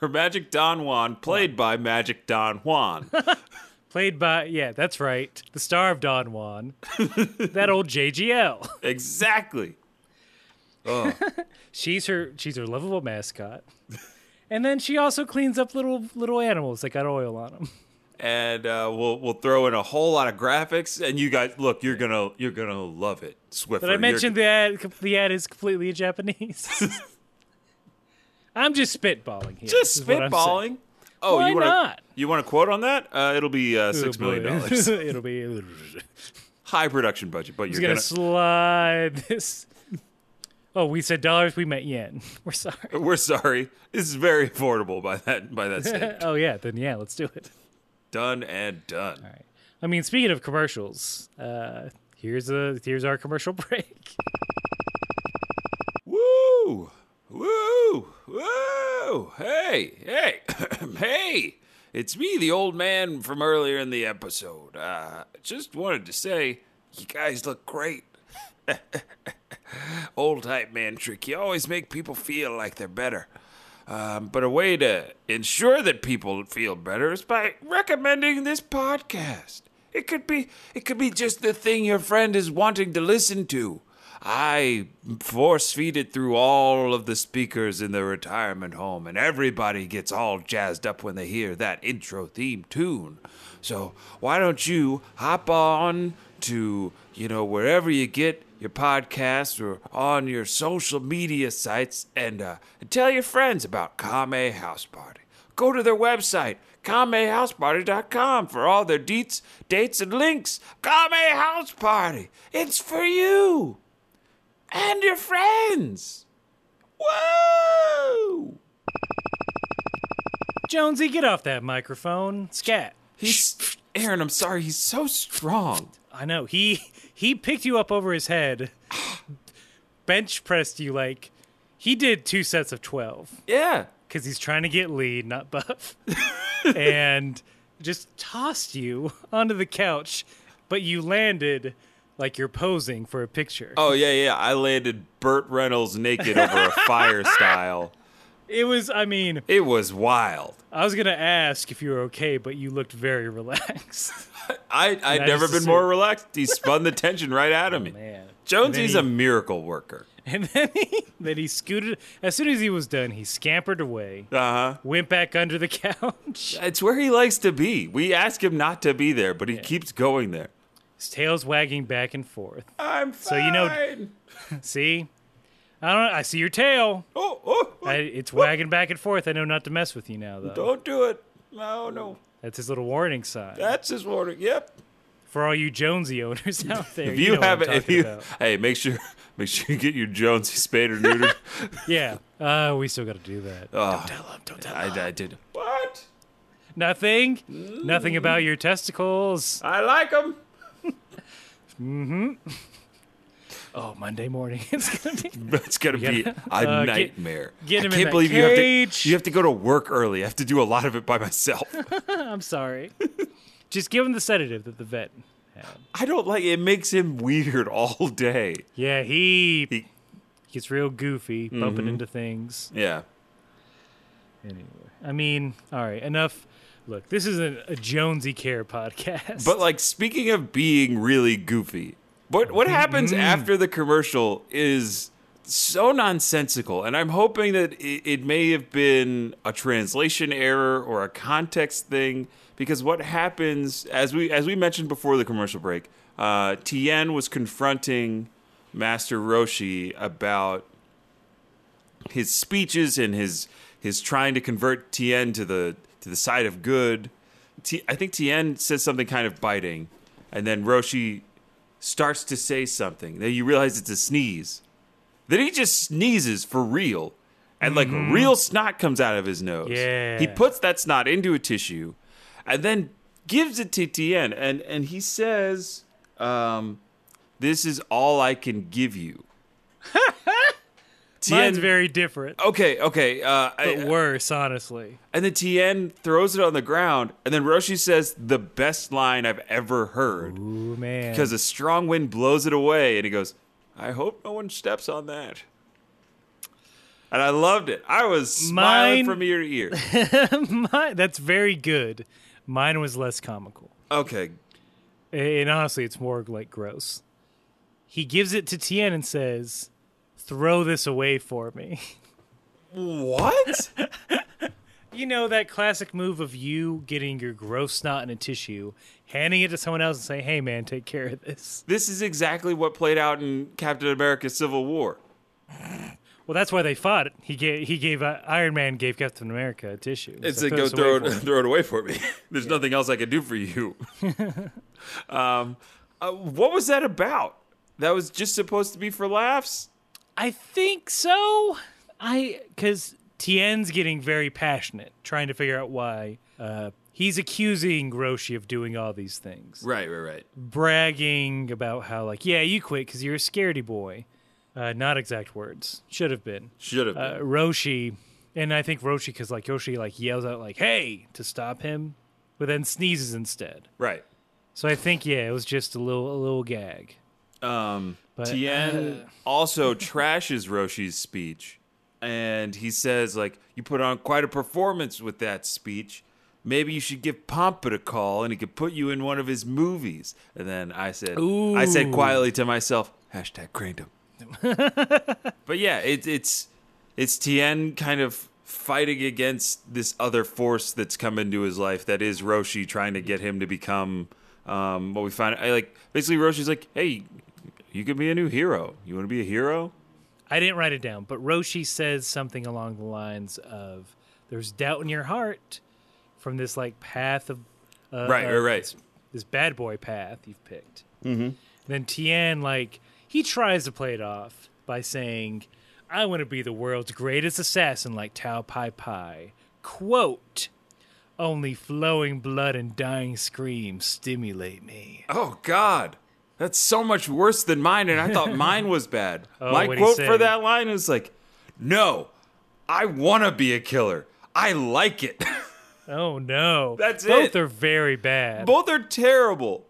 Her Magic Don Juan, played by Magic Don *laughs* Juan. played by yeah, that's right, the star of Don Juan, that old JGL. exactly. She's her she's her lovable mascot, and then she also cleans up little little animals that got oil on them. And uh, we'll we'll throw in a whole lot of graphics, and you guys look. You're gonna you're gonna love it, Swiffer. But I mentioned the ad. The ad is completely *laughs* Japanese. I'm just spitballing here. just is what I'm saying. spitballing. Oh, Why you wanna, not? You want to quote on that? Uh, it'll be uh, Oh, six million boy. *laughs* dollars. It'll be. High production budget, but you're He's gonna, gonna. slide *laughs* this. Oh, we said dollars. We meant yen. *laughs* We're sorry. we're sorry. This is very affordable by that by *laughs* that state. oh yeah, then yeah, let's do it. done and done. I mean, speaking of commercials, uh, here's a here's our commercial *laughs* break. Woo! Woo! Woo! Hey! Hey! *coughs* hey! It's me, the old man from earlier in the episode. Uh, just wanted to say, you guys look great. *laughs* old type man trick. You always make people feel like they're better. Um, but a way to ensure that people feel better is by recommending this podcast. It could be it could be just the thing your friend is wanting to listen to. I force feed it through all of the speakers in the retirement home, and everybody gets all jazzed up when they hear that intro theme tune. So why don't you hop on to you know wherever you get your podcasts or on your social media sites and, uh, and tell your friends about Kame House Party. Go to their website, kamehouseparty.com, for all their deets, dates, and links. Kame House Party, it's for you and your friends. Whoa! Jonesy, get off that microphone. Scat. He's Aaron. I'm sorry. He's so strong. I know he he picked you up over his head, bench pressed you like he did two sets of twelve Yeah. because he's trying to get lead, not *laughs* buff, and just tossed you onto the couch, but you landed like you're posing for a picture. Oh yeah, yeah. I landed Burt Reynolds naked over a fire style. It was, I mean, It was wild. I was gonna ask if you were okay, but you looked very *laughs* relaxed. I I'd That never is the been more relaxed. He spun the tension right *laughs* out of me. Oh, man. Jonesy's And a miracle worker. And then he, then he scooted. As soon as he was done, he scampered away, Uh huh. went back under the *laughs* couch. It's where he likes to be. We ask him not to be there, but he keeps going there. His tail's wagging back and forth. I'm fine. So you know- See, I don't. I see your tail. Oh, oh, oh. I, it's wagging back and forth. I know not to mess with you now, though. don't do it. No, no. That's his little warning sign That's his warning. Yep. for all you Jonesy owners *laughs* out there. If you, know what I'm haven't, if talking you, about. *laughs* hey, make sure, make sure you get your Jonesy spayed *laughs* or neutered. yeah, uh, we still got to do that. don't tell him. Don't tell him. I, I did. What? Nothing, nothing about your testicles. I like him. Oh, Monday morning, *laughs* it's gonna be. It's gonna be a uh, get- nightmare. get him I in can't that believe you have cage. to. You have to go to work early. I have to do a lot of it by myself. I'm *laughs* sorry. Just give him the sedative that the vet. I don't like it. Makes him *laughs* weird all day. Yeah, he, He- Mm-hmm. gets real goofy, bumping into things. Yeah. Anyway, I mean, all right, enough. Look, this isn't a Jonesy Care podcast. But like speaking of being really goofy, what what happens after the commercial is so nonsensical, and I'm hoping that it, it may have been a translation error or a context thing. Because what happens as we as we mentioned before the commercial break, uh, Tien was confronting Master Roshi about his speeches and his his trying to convert Tien to the to the side of good. T, I think Tien says something kind of biting, and then Roshi starts to say something. Then you realize it's a sneeze. Then he just sneezes for real, and like real snot comes out of his nose. Mm-hmm. Yeah. he puts that snot into a tissue, and then gives it to Tien, and and he says, um, "This is all I can give *laughs* you." mine's Tien- very different, Okay, okay. Uh, but I, worse, honestly. and then Tien throws it on the ground, and then Roshi says the best line I've ever heard Ooh man, because a strong wind blows it away, and he goes, "I hope no one steps on that." And I loved it. I was Mine- smiling from ear to ear. Mine- *laughs* that's very good. Mine was less comical, Okay, and honestly, it's more like gross. He gives it to Tien and says, "Throw this away for me." *laughs* what? You know that classic move of you getting your gross snot in a tissue, handing it to someone else, and saying, "Hey, man, take care of this." *laughs* this is exactly what played out in Captain America: Civil War. Well, that's why they fought. He gave he gave uh, Iron Man gave Captain America a tissue. It's So like throw go this away throw for it, me. throw it away for *laughs* me. There's nothing else I can do for you. um, uh, what was that about? That was just supposed to be for laughs. I think so. I because Tien's getting very passionate, trying to figure out why uh, he's accusing Groshi of doing all these things, Right, right, right. bragging about how like, yeah, you quit because you're a scaredy boy. Uh, not exact words. Should have been. Should have been. uh, Roshi, and I think Roshi because like Yoshi like yells out like "Hey!" to stop him, but then sneezes instead. right. So I think yeah, it was just a little a little gag. Um, But, uh, Tien *laughs* also trashes Roshi's speech, and he says like, "You put on quite a performance with that speech. Maybe you should give Pompa a call, and he could put you in one of his movies." And then I said, "I said Ooh. quietly to myself, hashtag cranedom." *laughs* but yeah, it, it's it's Tien kind of fighting against this other force that's come into his life that is Roshi trying to get him to become um, what we find. I like basically Roshi's like, hey, you could be a new hero. You want to be a hero? I didn't write it down, but Roshi says something along the lines of "There's doubt in your heart from this like path of uh, Right, uh, right, right. This, this bad boy path you've picked." Mm-hmm. then Tien like he tries to play it off by saying, "I want to be the world's greatest assassin, like Tao Pai Pai." Quote. Only flowing blood and dying screams stimulate *laughs* me. Oh God, that's so much worse than mine, and I *laughs* thought mine was bad. My what'd he quote say? for that line is like, "No, I want to be a killer. I like it." *laughs* Oh no. That's Both it. are very bad. Both are terrible.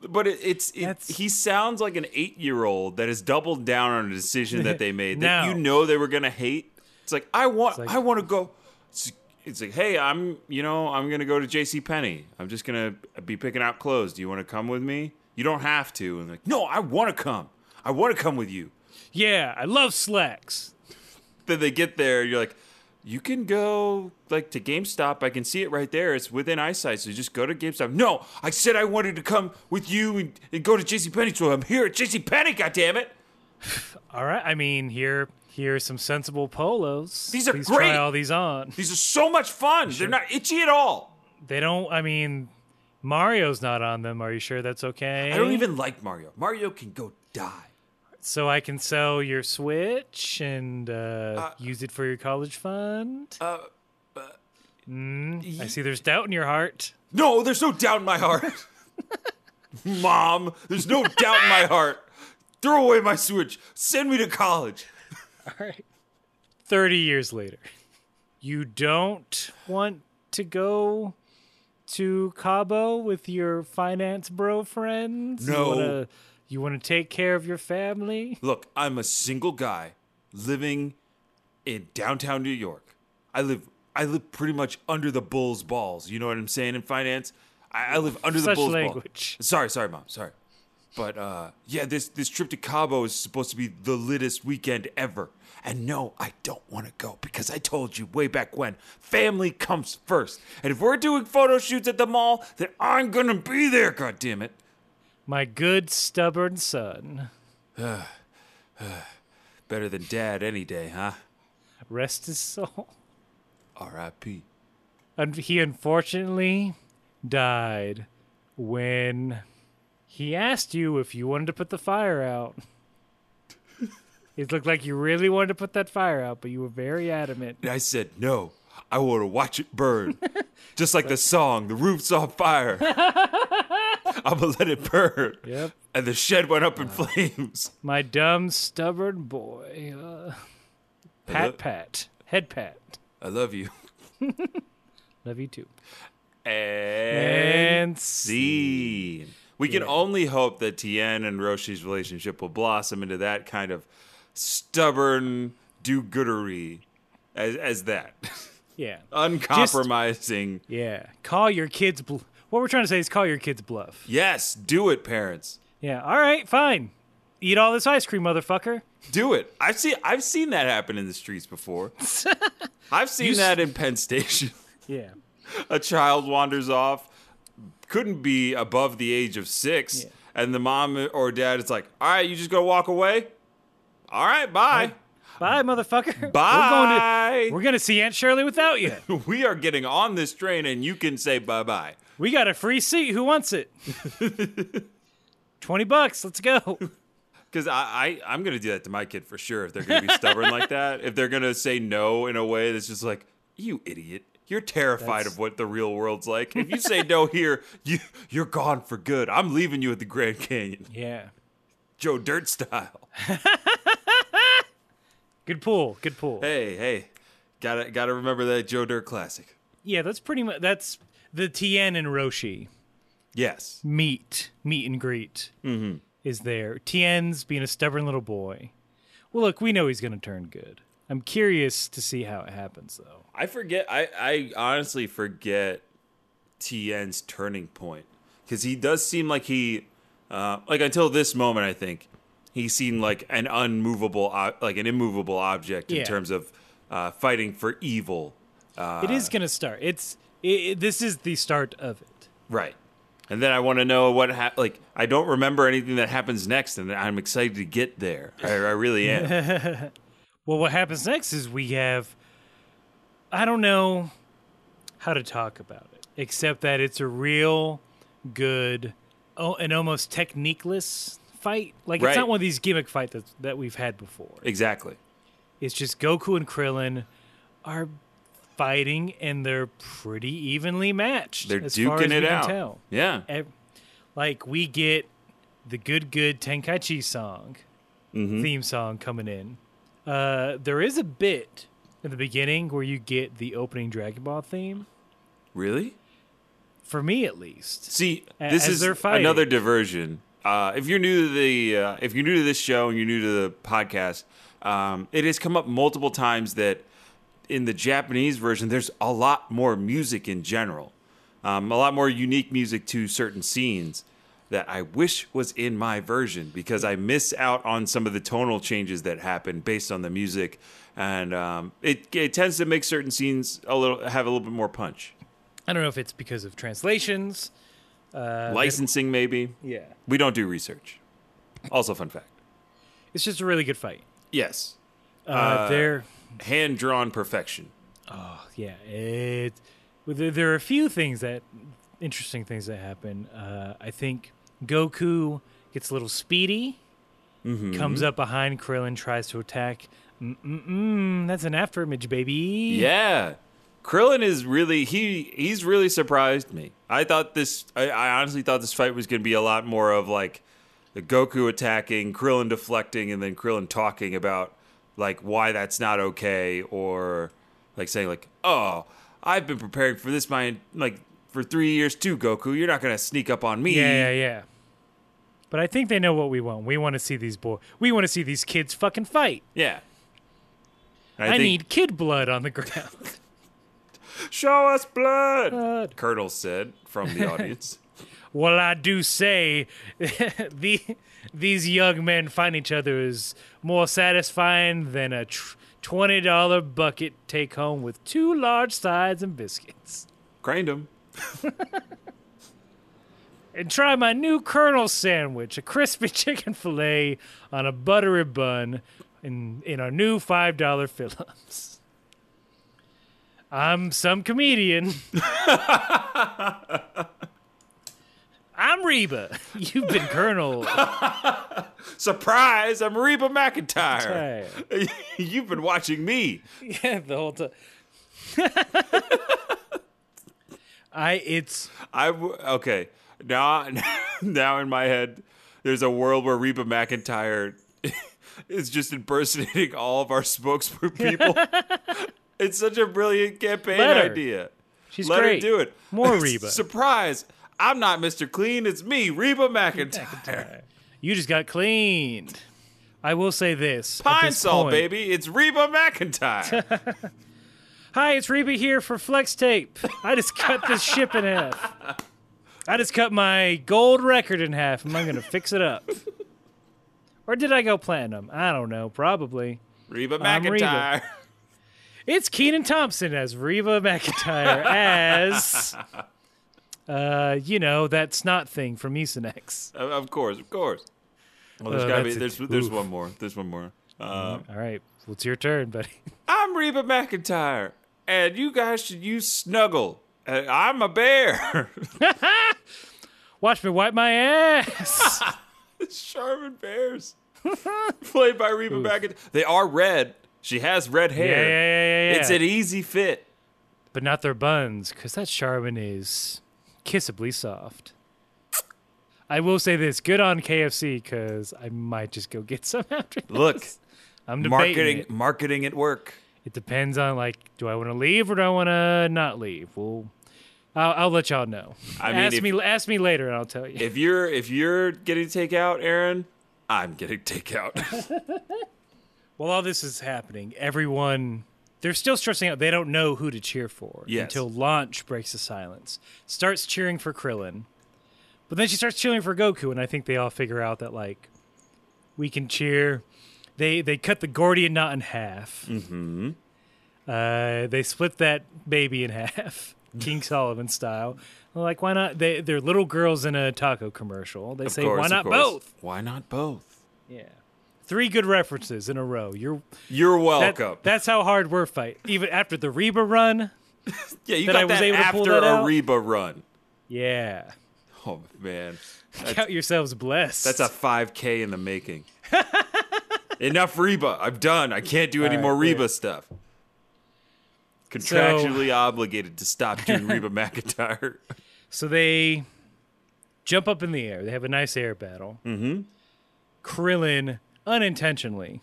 But it, it's it, That's- he sounds like an eight year old that has doubled down on a decision that they made *laughs* that No. you know they were gonna hate. It's like I want like- I want to go. It's, it's like hey I'm you know I'm gonna go to J.C. Penney. I'm just gonna be picking out clothes. Do you want to come with me? You don't have to. And like no I want to come. I want to come with you. yeah, I love slacks. Then they get there. You're like. You can go like to GameStop. I can see it right there. It's within eyesight. So just go to GameStop. No, I said I wanted to come with you and, and go to JCPenney. So I'm here at JCPenney. goddammit. All right. I mean, here here are some sensible polos. These are Please great. Try all these on. These are so much fun. They're not itchy at all. They don't. I mean, Mario's not on them. Are you sure that's okay? I don't even like Mario. Mario can go die. So I can sell your Switch and uh, use it for your college fund. Uh, I see. There's doubt in your heart. No, there's no doubt in my heart. *laughs* Mom, there's no doubt in my heart. Throw away my Switch. Send me to college. All right. 30 years later, you don't want to go to Cabo with your finance bro friends? You No. wanna- You want to take care of your family? Look, I'm a single guy living in downtown New York. I live I live pretty much under the bull's balls. You know what I'm saying in finance? I, I live under the Such bull's language. balls. Sorry, sorry, mom. Sorry. But uh, yeah, this this trip to Cabo is supposed to be the littest weekend ever. And no, I don't want to go because I told you way back when family comes first. And if we're doing photo shoots at the mall, then I'm gonna be there. God damn it! My good stubborn son, Better than dad any day, huh? rest his soul. R.I.P. And he unfortunately died when he asked you if you wanted to put the fire out. *laughs* it looked like you really wanted to put that fire out, but you were very adamant. And I said, no, I want to watch it burn. Just like the song, the roof's on fire. I'm going to let it burn. Yep. And the shed went up in flames. My dumb, stubborn boy. Uh, pat, pat. Head pat. I love you. Love you too. And And see. scene. We can only hope that Tien and Roshi's relationship will blossom into that kind of stubborn do goodery as, as that. Yeah. Uh. Uncompromising. Yeah. Call your kids. Bl- what we're trying to say is call your kids bluff. yes, do it, parents. Yeah. All right. Fine. Eat all this ice cream, motherfucker. Do it. I've seen I've seen that happen in the *laughs* streets before. I've seen You s- that in Penn Station. Yeah. A child wanders off, couldn't be above the age of six, Yeah. and the mom or dad is like, "All right, you just gonna walk away? All right, bye, Bye, motherfucker. bye. We're going to, we're going to see Aunt Shirley without you. we are getting on this train, and you can say bye bye." We got a free seat. Who wants it? 20 bucks. Let's go. Because I, I I'm gonna do that to my kid for sure if they're gonna be stubborn like that. If they're gonna say no in a way that's just like, "You idiot, You're terrified of what the real world's like. If you say no here, you you're gone for good. I'm leaving you at the Grand Canyon, Yeah. Joe Dirt style. Good pull. Good pull. Hey, hey, gotta gotta remember that Joe Dirt classic. Yeah, that's pretty much that's the Tien and Roshi Yes, meet meet and greet is there. Tien's being a stubborn little boy. Well, look, we know he's going to turn good. I'm curious to see how it happens though. I forget. I I honestly forget Tien's turning point because he does seem like he, uh, like until this moment, I think he seemed like an unmovable, ob- like an immovable object in Yeah. terms of uh, fighting for evil. it is going to start. It's it, it- this is the start of it. Right. And then I want to know what hap like I don't remember anything that happens next, and I'm excited to get there. I, I *laughs* really am. Well, what happens next is we have I don't know how to talk about it except that it's a real good oh, an almost techniqueless fight. Like it's Right. not one of these gimmick fights that that we've had before. exactly. It's just Goku and Krillin are fighting and they're pretty evenly matched. They're as duking far as it we out. Can tell. Yeah. Ev- Like we get the good good Tenkaichi song theme song coming in. Uh, there is a bit in the beginning where you get the opening Dragon Ball theme. Really? For me, at least, See, A- this as is they're fighting. another diversion. Uh, if you're new to the uh, if you're new to this show and you're new to the podcast, um, it has come up multiple times that in the Japanese version, there's a lot more music in general, um, a lot more unique music to certain scenes that I wish was in my version because I miss out on some of the tonal changes that happen based on the music, and um, it it tends to make certain scenes a little have a little bit more punch. I don't know if it's because of translations. Uh, Licensing maybe. Yeah, We don't do research. Also, fun fact. it's just a really good fight. Yes. Uh, they're Hand drawn perfection. yeah it well, there, there are a few things that interesting things that happen uh, i think goku gets a little speedy Mm-hmm. comes up behind krillin tries to attack Mm-mm-mm, that's an after image baby Yeah. Krillin is really he he's really surprised me. I thought this I, I honestly thought this fight was gonna be a lot more of like Goku attacking, Krillin deflecting, and then Krillin talking about like why that's not okay or like saying like, Oh, I've been preparing for this my like for three years too, Goku. You're not gonna sneak up on me. yeah yeah yeah but i think they know what we want we want to see these boy we want to see these kids fucking fight Yeah. And i, think- need kid blood on the ground Show us blood, Colonel said *laughs* from the audience. well i do say *laughs* the these young men find each other is more satisfying than a tr- $20 bucket take home with two large sides and biscuits Grind him. and try my new colonel sandwich a crispy *laughs* chicken fillet on a buttery bun in, in our new $5 phillips i'm some comedian i'm reba *laughs* you've been colonel Surprise, I'm Reba McIntyre. Hey. *laughs* You've been watching me. Yeah, *laughs* the whole time. I it's I w- okay. Now *laughs* now in my head there's a world where Reba McIntyre *laughs* is just impersonating all of *laughs* our spokespeople. people. it's such a brilliant campaign Let her. idea. she's Let great. her do it. *laughs* More Reba. Surprise. I'm not Mr. Clean, it's me, Reba McIntyre. You just got cleaned. I will say this. at Pine this Sol, point. baby. It's Reba McIntyre. Hi, it's Reba here for Flex Tape. I just cut this ship in half. *laughs* I just cut my gold record in half, and I'm gonna fix it up. Or did I go platinum? I don't know. Probably. Reba I'm Reba. McIntyre. *laughs* It's Keenan Thompson as Reba McIntyre *laughs* as uh, you know, that snot thing from Easonex. of of course, of course. Well, there's Oh, gotta be. that's a There's there's one more. There's one more. Uh, All right. Well, it's your turn, buddy. *laughs* I'm Reba McIntyre, and you guys should use Snuggle. Uh, I'm a bear, *laughs* Watch me wipe my ass. *laughs* Charmin Bears, played by Reba McIntyre. They are red. She has red yeah, yeah, hair. yeah, yeah, yeah. It's an easy fit. but but not their buns, because that Charmin is kissably soft. I will say this: good on KFC, because I might just go get *laughs* some after. This. Look, I'm debating *laughs* marketing, It. marketing at work. it depends on like, do I want to leave or do I want to not leave? Well, I'll, I'll let y'all know. I mean, ask if- me, ask me later, and I'll tell you. If you're if you're getting takeout, Aaron, I'm *laughs* getting *laughs* takeout. While all this is happening, everyone they're still stressing out. They don't know who to cheer for Yes. until Launch breaks the silence, starts cheering for Krillin, but then she starts cheering for Goku, and I think they all figure out that like we can cheer. They they cut the Gordian knot in half. Mm-hmm. Uh, they split that baby in *laughs* half, *laughs* King Solomon style. They're Like why not? They they're little girls in a taco commercial. They Of say course, why of not course. both? Why not both? Yeah, three good references in a row. You're You're that- welcome. that's how hard we're fight. Even after the Reba run, yeah, you that got I was that able to pull after that a out? Reba run. yeah, Oh *laughs* man, count yourselves blessed. that's a 5K in the making. *laughs* Enough Reba. I'm done. I can't do any right, more great. Reba stuff. Contractually obligated to stop doing *laughs* Reba McIntyre. *laughs* so they jump up in the air. They have a nice air battle. Mm-hmm. Krillin unintentionally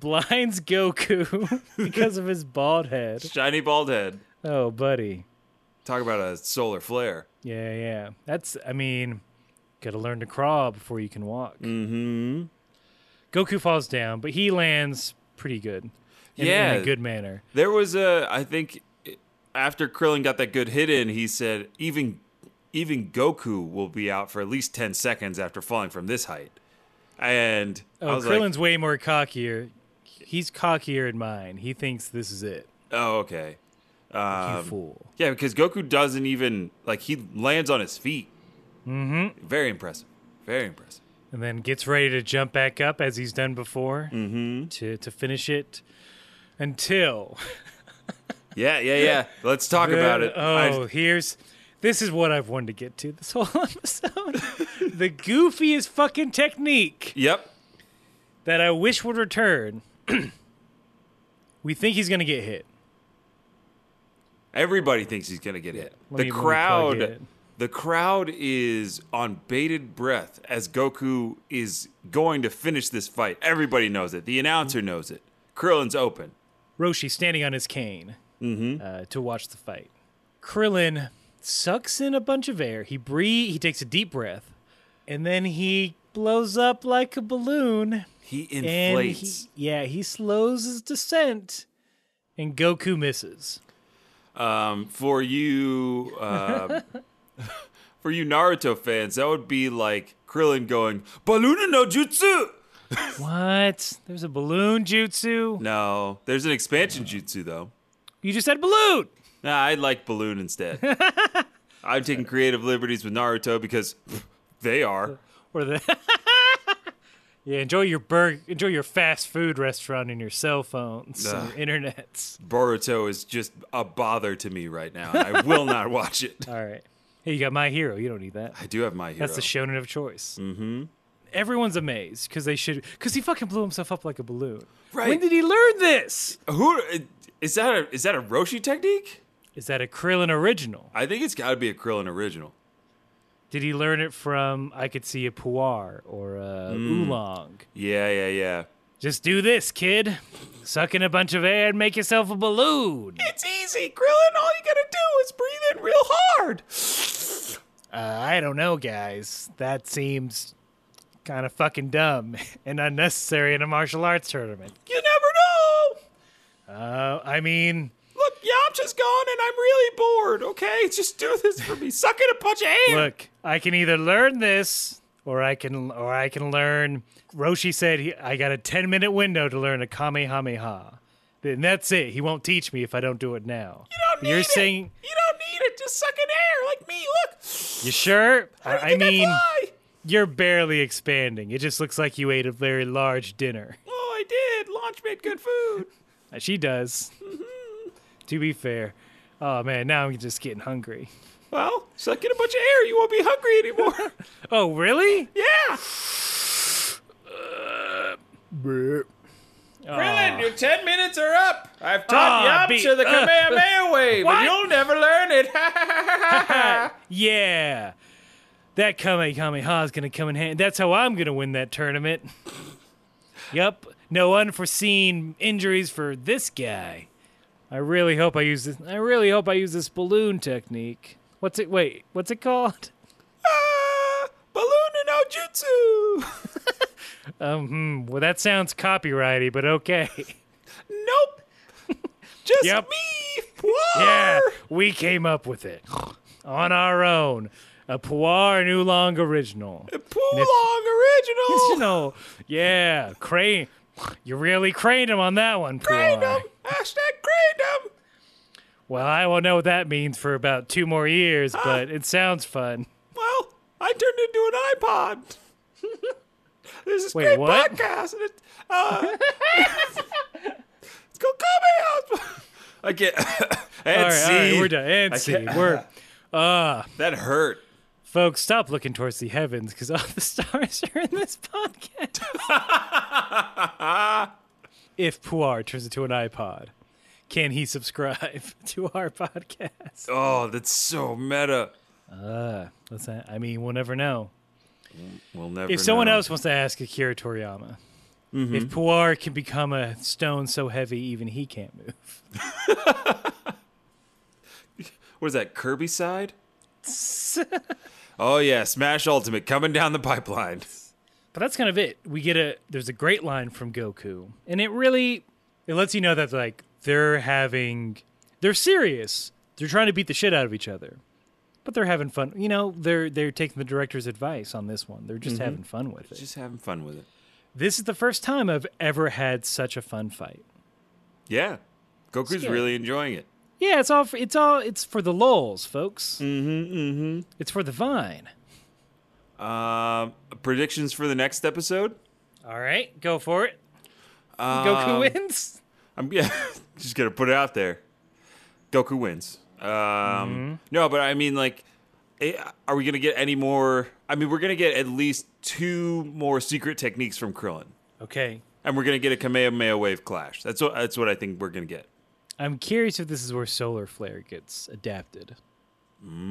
blinds Goku *laughs* because of his bald head. Shiny bald head. Oh, buddy. Talk about a solar flare. Yeah, yeah. That's, I mean, gotta learn to crawl before you can walk. Mm-hmm. Goku falls down, but he lands pretty good. In, Yeah. In a good manner. There was a, I think, after Krillin got that good hit in, he said even even Goku will be out for at least ten seconds after falling from this height. And I Oh, was Krillin's way more cockier. He's cockier in mine. He thinks this is it. like, oh okay, You Um, fool. yeah, because Goku doesn't even like he lands on his feet. Mm-hmm. Very impressive. Very impressive. And then gets ready to jump back up as he's done before Mm-hmm. to to finish it until Yeah, yeah, yeah. *laughs* Let's talk about it. Oh, I- here's this is what I've wanted to get to this *laughs* whole episode. the goofiest fucking technique yep. that I wish would return. *clears throat* we think he's gonna get hit. Everybody thinks he's gonna get hit. Let me- the let me plug crowd, it. the crowd is on bated breath as Goku is going to finish this fight. Everybody knows it. The announcer knows it. Krillin's open. Roshi standing on his cane uh, to watch the fight. Krillin sucks in a bunch of air. He breathe. He takes a deep breath, and then he blows up like a balloon. He And he- inflates. yeah, he slows his descent, and Goku misses. Um, for you, uh, *laughs* for you Naruto fans, that would be like Krillin going Balloon no Jutsu. What? There's a balloon jutsu. No, there's an expansion jutsu though. You just said balloon. Nah, I like *laughs* Balloon instead. I'm taking creative liberties with Naruto because they are. Or the. *laughs* yeah, enjoy your burger. Enjoy your fast food restaurant and your cell phones, and Ugh. your internets. Boruto is just a bother to me right now. and I *laughs* will not watch it. All right. Hey, you got my hero. You don't need that. I do have my hero. That's the shonen of choice. Mm-hmm. Everyone's amazed because they should. Because he fucking blew himself up like a balloon. Right. When did he learn this? Who is that? A, is that a Roshi technique? Is that a Krillin original? I think it's got to be a Krillin original. Did he learn it from I could see a puar or a oolong? Yeah, yeah, yeah. Just do this, kid. Suck in a bunch of air and make yourself a balloon. It's easy, Krillin. All you gotta do is breathe in real hard. Uh, I don't know, guys. That seems kind of fucking dumb *laughs* and unnecessary in a martial arts tournament. You never know. Uh, I mean, Look, Yamcha's gone, and I'm really bored. Okay, just do this for me. Suck in a bunch of air. look i can either learn this or i can or i can learn roshi said he, i got a 10 minute window to learn a kamehameha then that's it he won't teach me if i don't do it now you don't are need it. saying You don't need it. Just suck in air like me. Look. you sure i, I think mean fly. you're barely expanding it just looks like you ate a very large dinner Oh, I did. Launch made good food. Uh, she does Mm-hmm. to be fair oh man now i'm just getting hungry Well, suck in a bunch of air. You won't be *laughs* hungry anymore. oh really Uh, yeah. Krillin, your 10 minutes are up. I've taught Aw, you up be- to the uh, Kamehameha *laughs* way, but What? you'll never learn it. *laughs* Yeah. That Kamehameha is going to come in hand. That's how I'm going to win that tournament. *laughs* yep. No unforeseen injuries for this guy. I really hope I use this. I really hope I use this balloon technique. What's it? Wait, what's it called? *laughs* Ah, Balloon and Ojutsu. Hmm, Well, that sounds copyrighty, but okay. *laughs* Nope. *laughs* Just Yep. me. yeah, Poir. we came up with it *laughs* on our own. A Puar and Oolong original. Poolong original. original. *laughs* Yeah, crane. You really craned him on that one, Puar. Kratom. Hashtag Kratom. Well, I won't know what that means for about two more *gasps* years, but it sounds fun. Well, I turned it into an iPod. *laughs* this is Wait, great what? podcast. And it, uh, *laughs* it's called Comedy House. *laughs* I can't. and All right, all right, see, we're done. And see, can't- *laughs* we're that hurt. folks. Stop looking towards the heavens because all *laughs* the stars are in this *laughs* podcast. if Puar turns into an iPod, can he subscribe *laughs* to our podcast? Oh, that's so meta. Let's, I mean, we'll never know. We'll never. If someone know. Mm-hmm. else wants to ask Akira Toriyama, if Puar can become a stone so heavy even he can't move. what is that? Kirby *laughs* side. oh yeah, Smash Ultimate coming down the pipeline. But that's kind of it. We get a there's a great line from Goku, and it really it lets you know that like they're having they're serious. They're trying to beat the shit out of each other, but they're having fun. You know, they're they're taking the director's advice on this one. They're Mm-hmm. just having fun with it. *laughs* Just having fun with it. This is the first time I've ever had such a fun fight. Yeah, Goku's good. really enjoying it. Yeah, it's all for, it's all it's for the lulls, folks. Mm-hmm. Mm-hmm. It's for the vine. Um, predictions for the next episode. All right, go for it. Um, Goku wins. I'm *laughs* yeah, just gonna put it out there. Goku wins. Um, No, but I mean, like, eh, are we gonna get any more? I mean, we're gonna get at least two more secret techniques from Krillin, Okay, and we're gonna get a Kamehameha wave clash. That's what that's what I think we're gonna get. I'm curious if this is where Solar Flare gets adapted.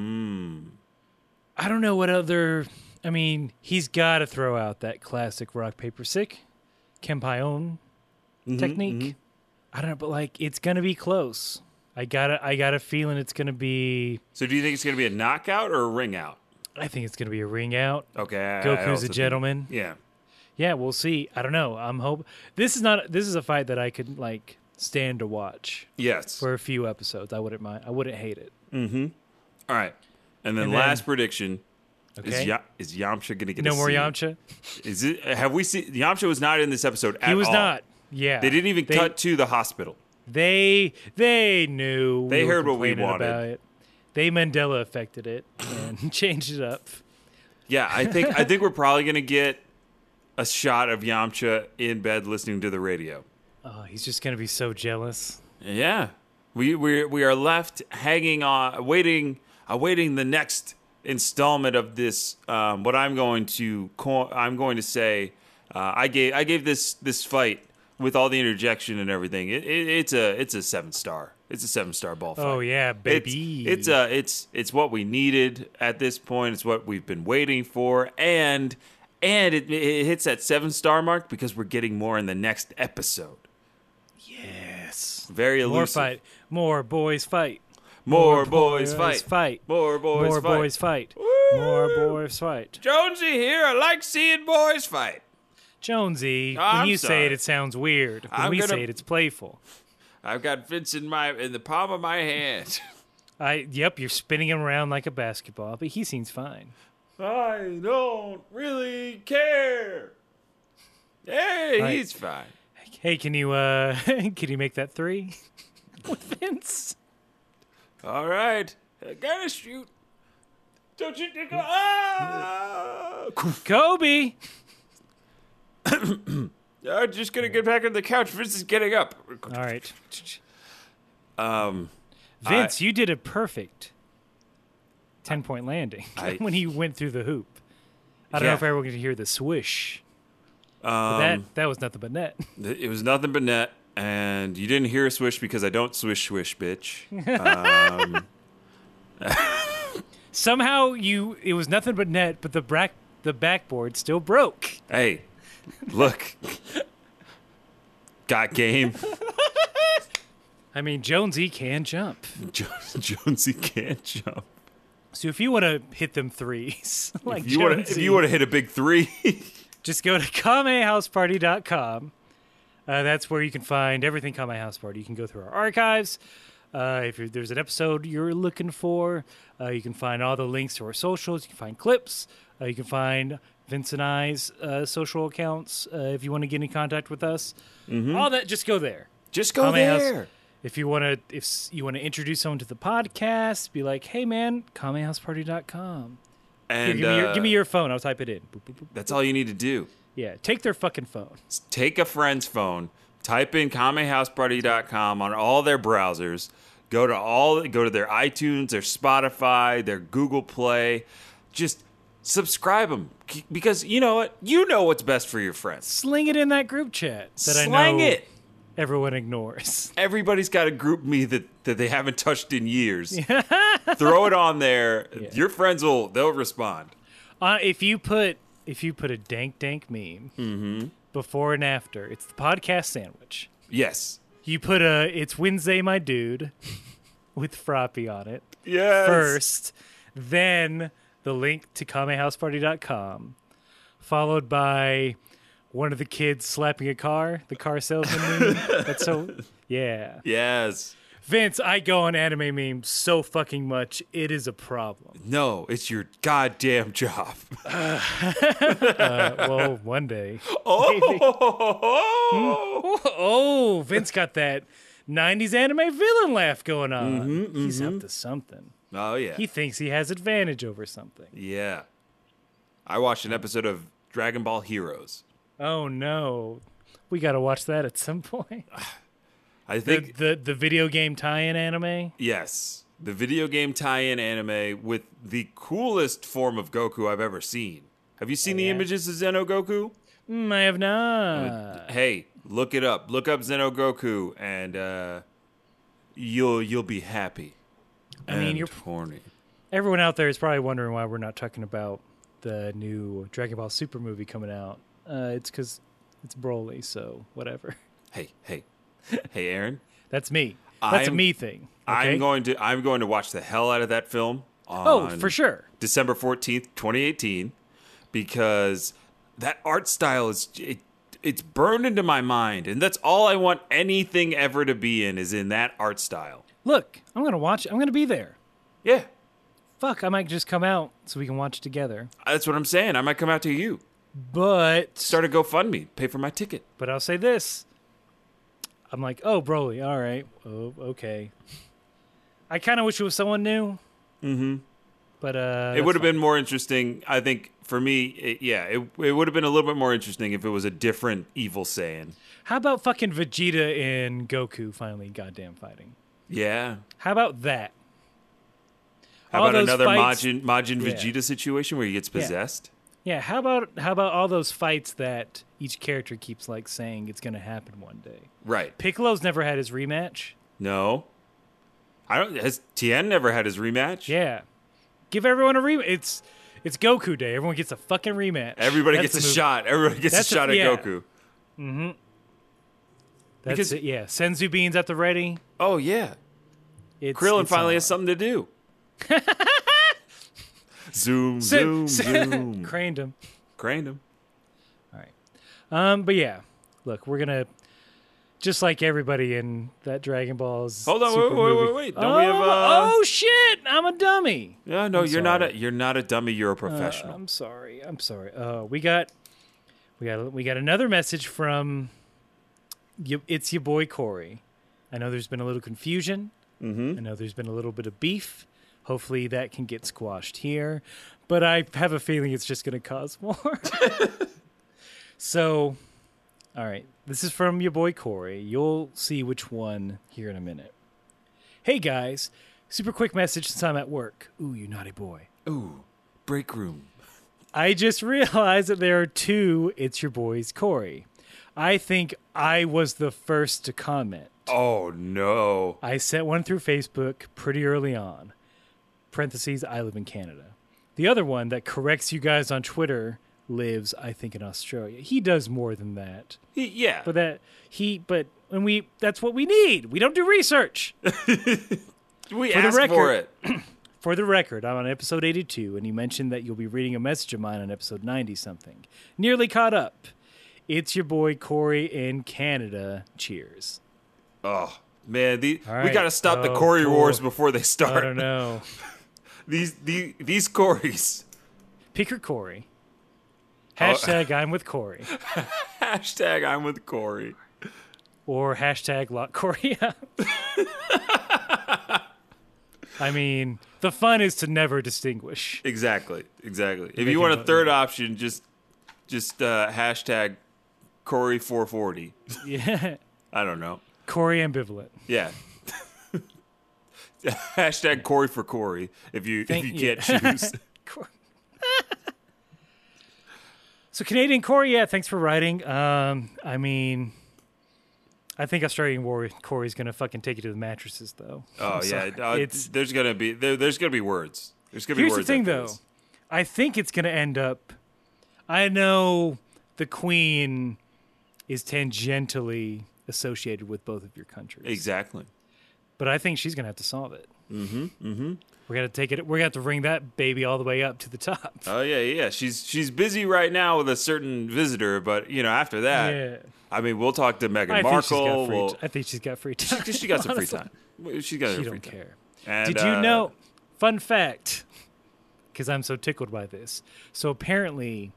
Mm. I don't know what other. I mean, he's got to throw out that classic rock paper sick, Kempion Mm-hmm, technique. I don't know, but like it's gonna be close. I got a, I got a feeling it's gonna be. So, do you think it's gonna be a knockout or a ring out? I think it's gonna be a ring out. Okay, I- I Goku's a also think- gentleman. yeah, Yeah, we'll see. I don't know. I'm hope this is not this is a fight that I could like stand to watch yes. for a few episodes. I wouldn't mind. I wouldn't hate it. All right, and then And then- last prediction Okay. is ya- is Yamcha gonna get No a more scene? Yamcha. Is it? Have we seen Yamcha was not in this episode at He was all. not. Yeah. They didn't even cut to the hospital. They they knew. They were heard what we complaining wanted. About it. They Mandela affected it and *laughs* changed it up. Yeah, I think I think we're probably gonna get a shot of Yamcha in bed listening to the radio. Oh, he's just gonna be so jealous. Yeah, we we we are left hanging on, waiting, awaiting the next installment of this. Um, what I'm going to co- I'm going to say, uh, I gave I gave this this fight with all the interjection and everything. It, it, it's a it's a seven star. It's a seven star ball fight. Oh yeah, baby. It's, it's uh it's it's what we needed at this point. It's what we've been waiting for, and and it, it hits that seven star mark because we're getting more in the next episode. yes. Very elusive. More fight. More boys fight. More, boys, fight. fight. More boys More fight. boys fight. Woo! More boys fight. Jonesy here. I like seeing boys fight. Jonesy, when I'm you say it, sorry. it sounds weird. When I'm we gonna- say it, it's playful. I've got Vince in my in the palm of my hand. *laughs* I yep, you're spinning him around like a basketball, but he seems fine. I don't really care. Hey, Right. he's fine. Hey, can you uh *laughs* can you make that three *laughs* with Vince? All right, I gotta shoot. Don't you think? Ah! Kobe. I'm just gonna get back on the couch. Vince is getting up. All *laughs* right, Um, Vince, you did a perfect ten point landing *laughs* I- when he went through the hoop. I don't know Yeah. if everyone can hear the swish. Um, that that was nothing but net. *laughs* th- it was nothing but net, and you didn't hear a swish because I don't swish swish, bitch. Somehow you it was nothing but net, but the back the backboard still broke. hey, look, got game. *laughs* I mean, Jonesy can jump. Jo- Jonesy can't jump. So if you want to hit them threes, *laughs* like You wanna, if Jonesy, you want to hit a big three, *laughs* just go to *laughs* kamehouseparty.com. Uh, that's where you can find everything Kame House Party. You can go through our archives. Uh, if you're, there's an episode you're looking for, uh, you can find all the links to our socials. You can find clips. Uh, you can find Vince and I's uh, social accounts uh, if you want to get in contact with us. All that, just go there. just Mm-hmm. go Kame House- there. If you want to, if s- you want to introduce someone to the podcast, be like, "Hey, man, kamehouseparty.com. Here, And give, me your, uh, give me your phone. I'll type it in. Boop, boop, boop. That's all you need to do. Yeah, take their fucking phone. Is Take a friend's phone, type in kamehouseparty.com on all their browsers, go to all go to their iTunes, their Spotify, their Google Play. Just subscribe them because you know what? You know what's best for your friends. Sling it in that group chat that I Slang know it. everyone ignores. *laughs* everybody's got a group me that, that they haven't touched *laughs* in years. Throw it on there. Your friends will they'll respond. Uh, if you put if you put a dank dank meme Mm-hmm. before and after, it's the podcast sandwich. Yes. You put a it's Wednesday, my dude, *laughs* with Froppy on it. Yes. first, then the link to kamehouseparty.com, followed by one of the kids slapping a car, the car *laughs* salesman meme. That's so, yeah. Yes. Vince, I go on anime memes so fucking much, it is a problem. No, it's your goddamn job. Well, one day. *laughs* Oh. *laughs* Oh, Vince got that 90s anime villain laugh going on. Mm-hmm, He's up to something. *laughs* Oh yeah. He thinks he has advantage over something. Yeah. I watched an episode of Dragon Ball Heroes. Oh no. We got to watch that at some point. I The, think the the video game tie-in anime. yes, the video game tie-in anime with the coolest form of Goku I've ever seen. Have you Oh, seen the images of Zeno Goku? Mm, I have not. hey, look it up. Look up Zeno Goku, and uh, you'll you'll be happy. I mean, and you're- horny. Everyone out there is probably wondering why we're not talking about the new Dragon Ball Super movie coming out. Uh, it's because it's Broly, so whatever. *laughs* Hey, hey, hey, Aaron. That's me. That's a I'm- me thing. okay? I'm going to I'm going to watch the hell out of that film. On Oh, for sure. December fourteenth, twenty eighteen, because that art style is it. It's burned into my mind, and that's all I want anything ever to be in is in that art style. Look, I'm gonna watch. I'm gonna be there. Yeah, Fuck, I might just come out so we can watch together. that's what I'm saying. I might come out to you, But start a GoFundMe, pay for my ticket. but I'll say this. I'm like, oh, Broly. All right. Oh, okay. I kind of wish it was someone new. Mm-hmm. But uh, it would have that's been more interesting i think for me it, yeah it, it would have been a little bit more interesting if it was a different evil saying fine. How about fucking Vegeta and Goku finally goddamn fighting? yeah How about that? how All about those another fights- majin majin Yeah. vegeta situation where he gets possessed Yeah. How about how about all those fights that each character keeps like saying it's gonna happen one day? right Piccolo's never had his rematch. no i don't has tien never had his rematch Yeah. Give everyone a rematch. It's it's Goku Day. Everyone gets a fucking rematch. everybody That's gets the a move. shot everybody gets That's a a- shot at yeah. goku That's because- it. Yeah. Senzu beans at the ready. oh yeah It's, krillin it's finally on. has something to do zoom zoom *laughs* Sen- *laughs* zoom Craned him. craned him Um, but yeah, look, we're gonna just like everybody in that Dragon Balls. Hold on, wait, super wait, wait, movie- wait. Oh, Don't we have, uh, oh shit! I'm a dummy. yeah no you're not sorry. Uh, a you're not a dummy you're a professional I'm sorry. I'm sorry. Uh, we got, we got, we got another message from. You, it's your boy Corey. I know there's been a little confusion. Mm-hmm. I know there's been a little bit of beef. Hopefully that can get squashed here, but I have a feeling it's just going to cause *laughs* more. so, all right, this is from your boy Corey. You'll see which one here in a minute. Hey guys, super quick message since I'm at work. Ooh, you naughty boy. Ooh, break room. I just realized that there are two It's Your Boys Corey. I think I was the first to comment. Oh no. I sent one through Facebook pretty early on. Parentheses, I live in Canada. The other one that corrects you guys on Twitter lives, I think, in Australia. He does more than that. Y- Yeah. But that he but and we that's what we need. We don't do research. we the asked for record- it. For the record, I'm on episode 82, and you mentioned that you'll be reading a message of mine on episode 90 something. Nearly caught up. It's your boy Corey in Canada. Cheers. Oh man, the, All right. we gotta stop the Oh, Corey cool. wars before they I start. don't know. *laughs* These these these Corys. *laughs* *laughs* Pick your Corey. Hashtag I'm with Corey. Hashtag I'm with Corey. Or hashtag lock Corey *laughs* up. I mean, the fun is to never distinguish. Exactly. Exactly. If making you want a about- third option, just just uh, hashtag Corey four forty. *laughs* Yeah. I don't know. Corey ambivalent. Yeah. *laughs* hashtag Corey for Corey if you Thank if *laughs* you, you. can't choose. Cor- *laughs* so Canadian Corey, yeah, thanks for writing. Um, I mean, I think Australian War Corey's gonna fucking take you to the mattresses, though. *laughs* Oh I'm yeah. sorry. Uh, it's there's gonna be there, there's gonna be words. There's gonna here's be the words. thing, after though. this. I think it's gonna end up. I know the Queen is tangentially associated with both of your countries, Exactly. but I think she's gonna have to solve it. Mm-hmm. Mm-hmm. We're gonna take it. We're gonna have to ring that baby all the way up to the top. Oh yeah, yeah. She's she's busy right now with a certain visitor, but you know after that, Yeah. I mean, we'll talk to Meghan I think she's Markle. got free. we'll- *laughs* t- I think she's got free time. she got *laughs* some free Honestly. time. She's got You her free don't time. care. And, Did you uh, know? Fun fact, because I'm so tickled by this. So apparently,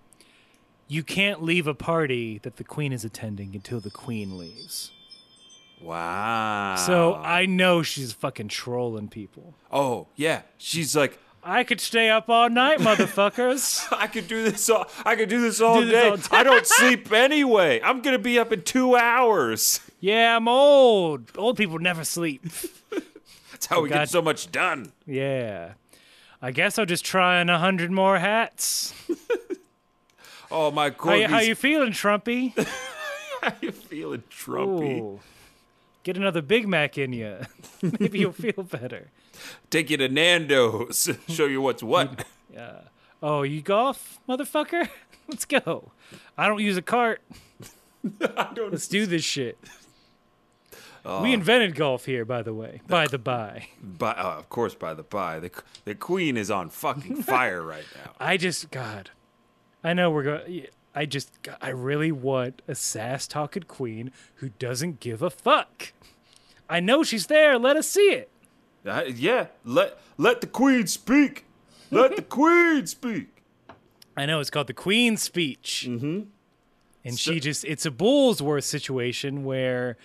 you can't leave a party that the queen is attending until the queen leaves. Wow. So I know she's fucking trolling people. Oh yeah, she's like, *laughs* I could stay up all night, motherfuckers. I could do this all. I could do this all, this day. all day. I don't sleep anyway. I'm gonna be up in two hours. *laughs* yeah, I'm old. Old people never sleep. That's how we Oh, God. get so much done. Yeah. I guess I'll just try on a hundred more hats. Oh my How, god, you- how *laughs* you feeling, Trumpy? feeling, Trumpy? Ooh. Get another Big Mac in you. *laughs* Maybe you'll feel better. Take you to Nando's. *laughs* Show you *laughs* what's what. Oh, you golf, motherfucker? *laughs* Let's go. I don't use a cart. Let's do this shit. We invented golf here, by the way. By the by. By, uh, of course, by the by, the the queen is on *laughs* fucking fire right now. I just, God. I know we're going. I just, I really want a sass talking queen who doesn't give a fuck. I know she's there. Let us see it. Uh, yeah, let let the queen speak. *laughs* Let the queen speak. I know it's called the Queen's Speech. Mm-hmm. And she just—it's a Bullsworth situation where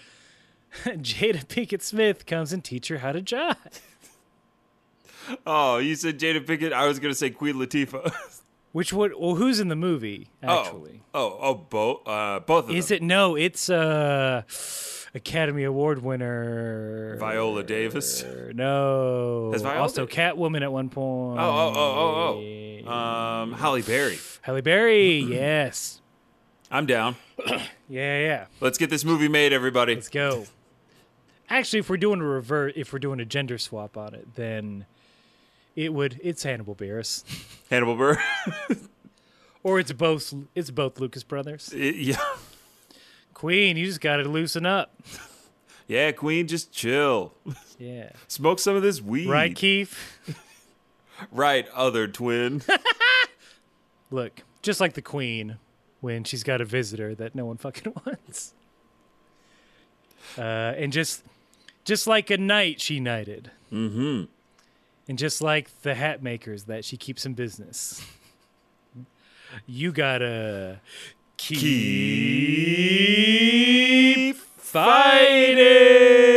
*laughs* Jada Pinkett Smith comes and teach her how to jive. Oh, you said Jada Pinkett. I was gonna say Queen Latifah. *laughs* Which would? Well, who's in the movie? Actually, Oh, oh, oh both, uh, both of is them. it? No, it's uh, Academy Award winner. Viola *laughs* Davis. Oh, No, Has Viola also Davis- Catwoman at one point. oh, oh, oh, oh. Um, Holly Berry. Halle *clears throat* Berry. yes. I'm down. Yeah, yeah. Let's get this movie made, everybody. Let's go. Actually, if we're doing a revert, if we're doing a gender swap on it, then it would. It's Hannibal Buress, Hannibal Burr. *laughs* or it's both. It's both Lucas brothers. yeah, Queen, you just got to loosen up. yeah. Queen, just chill. Yeah, Smoke some of this weed. right, Keith. Right, other twin. Look, just like the Queen when she's got a visitor that no one fucking *laughs* wants, uh, and just just like a knight she knighted, mm-hmm. and just like the hat makers that she keeps in business. You gotta keep Keep fighting.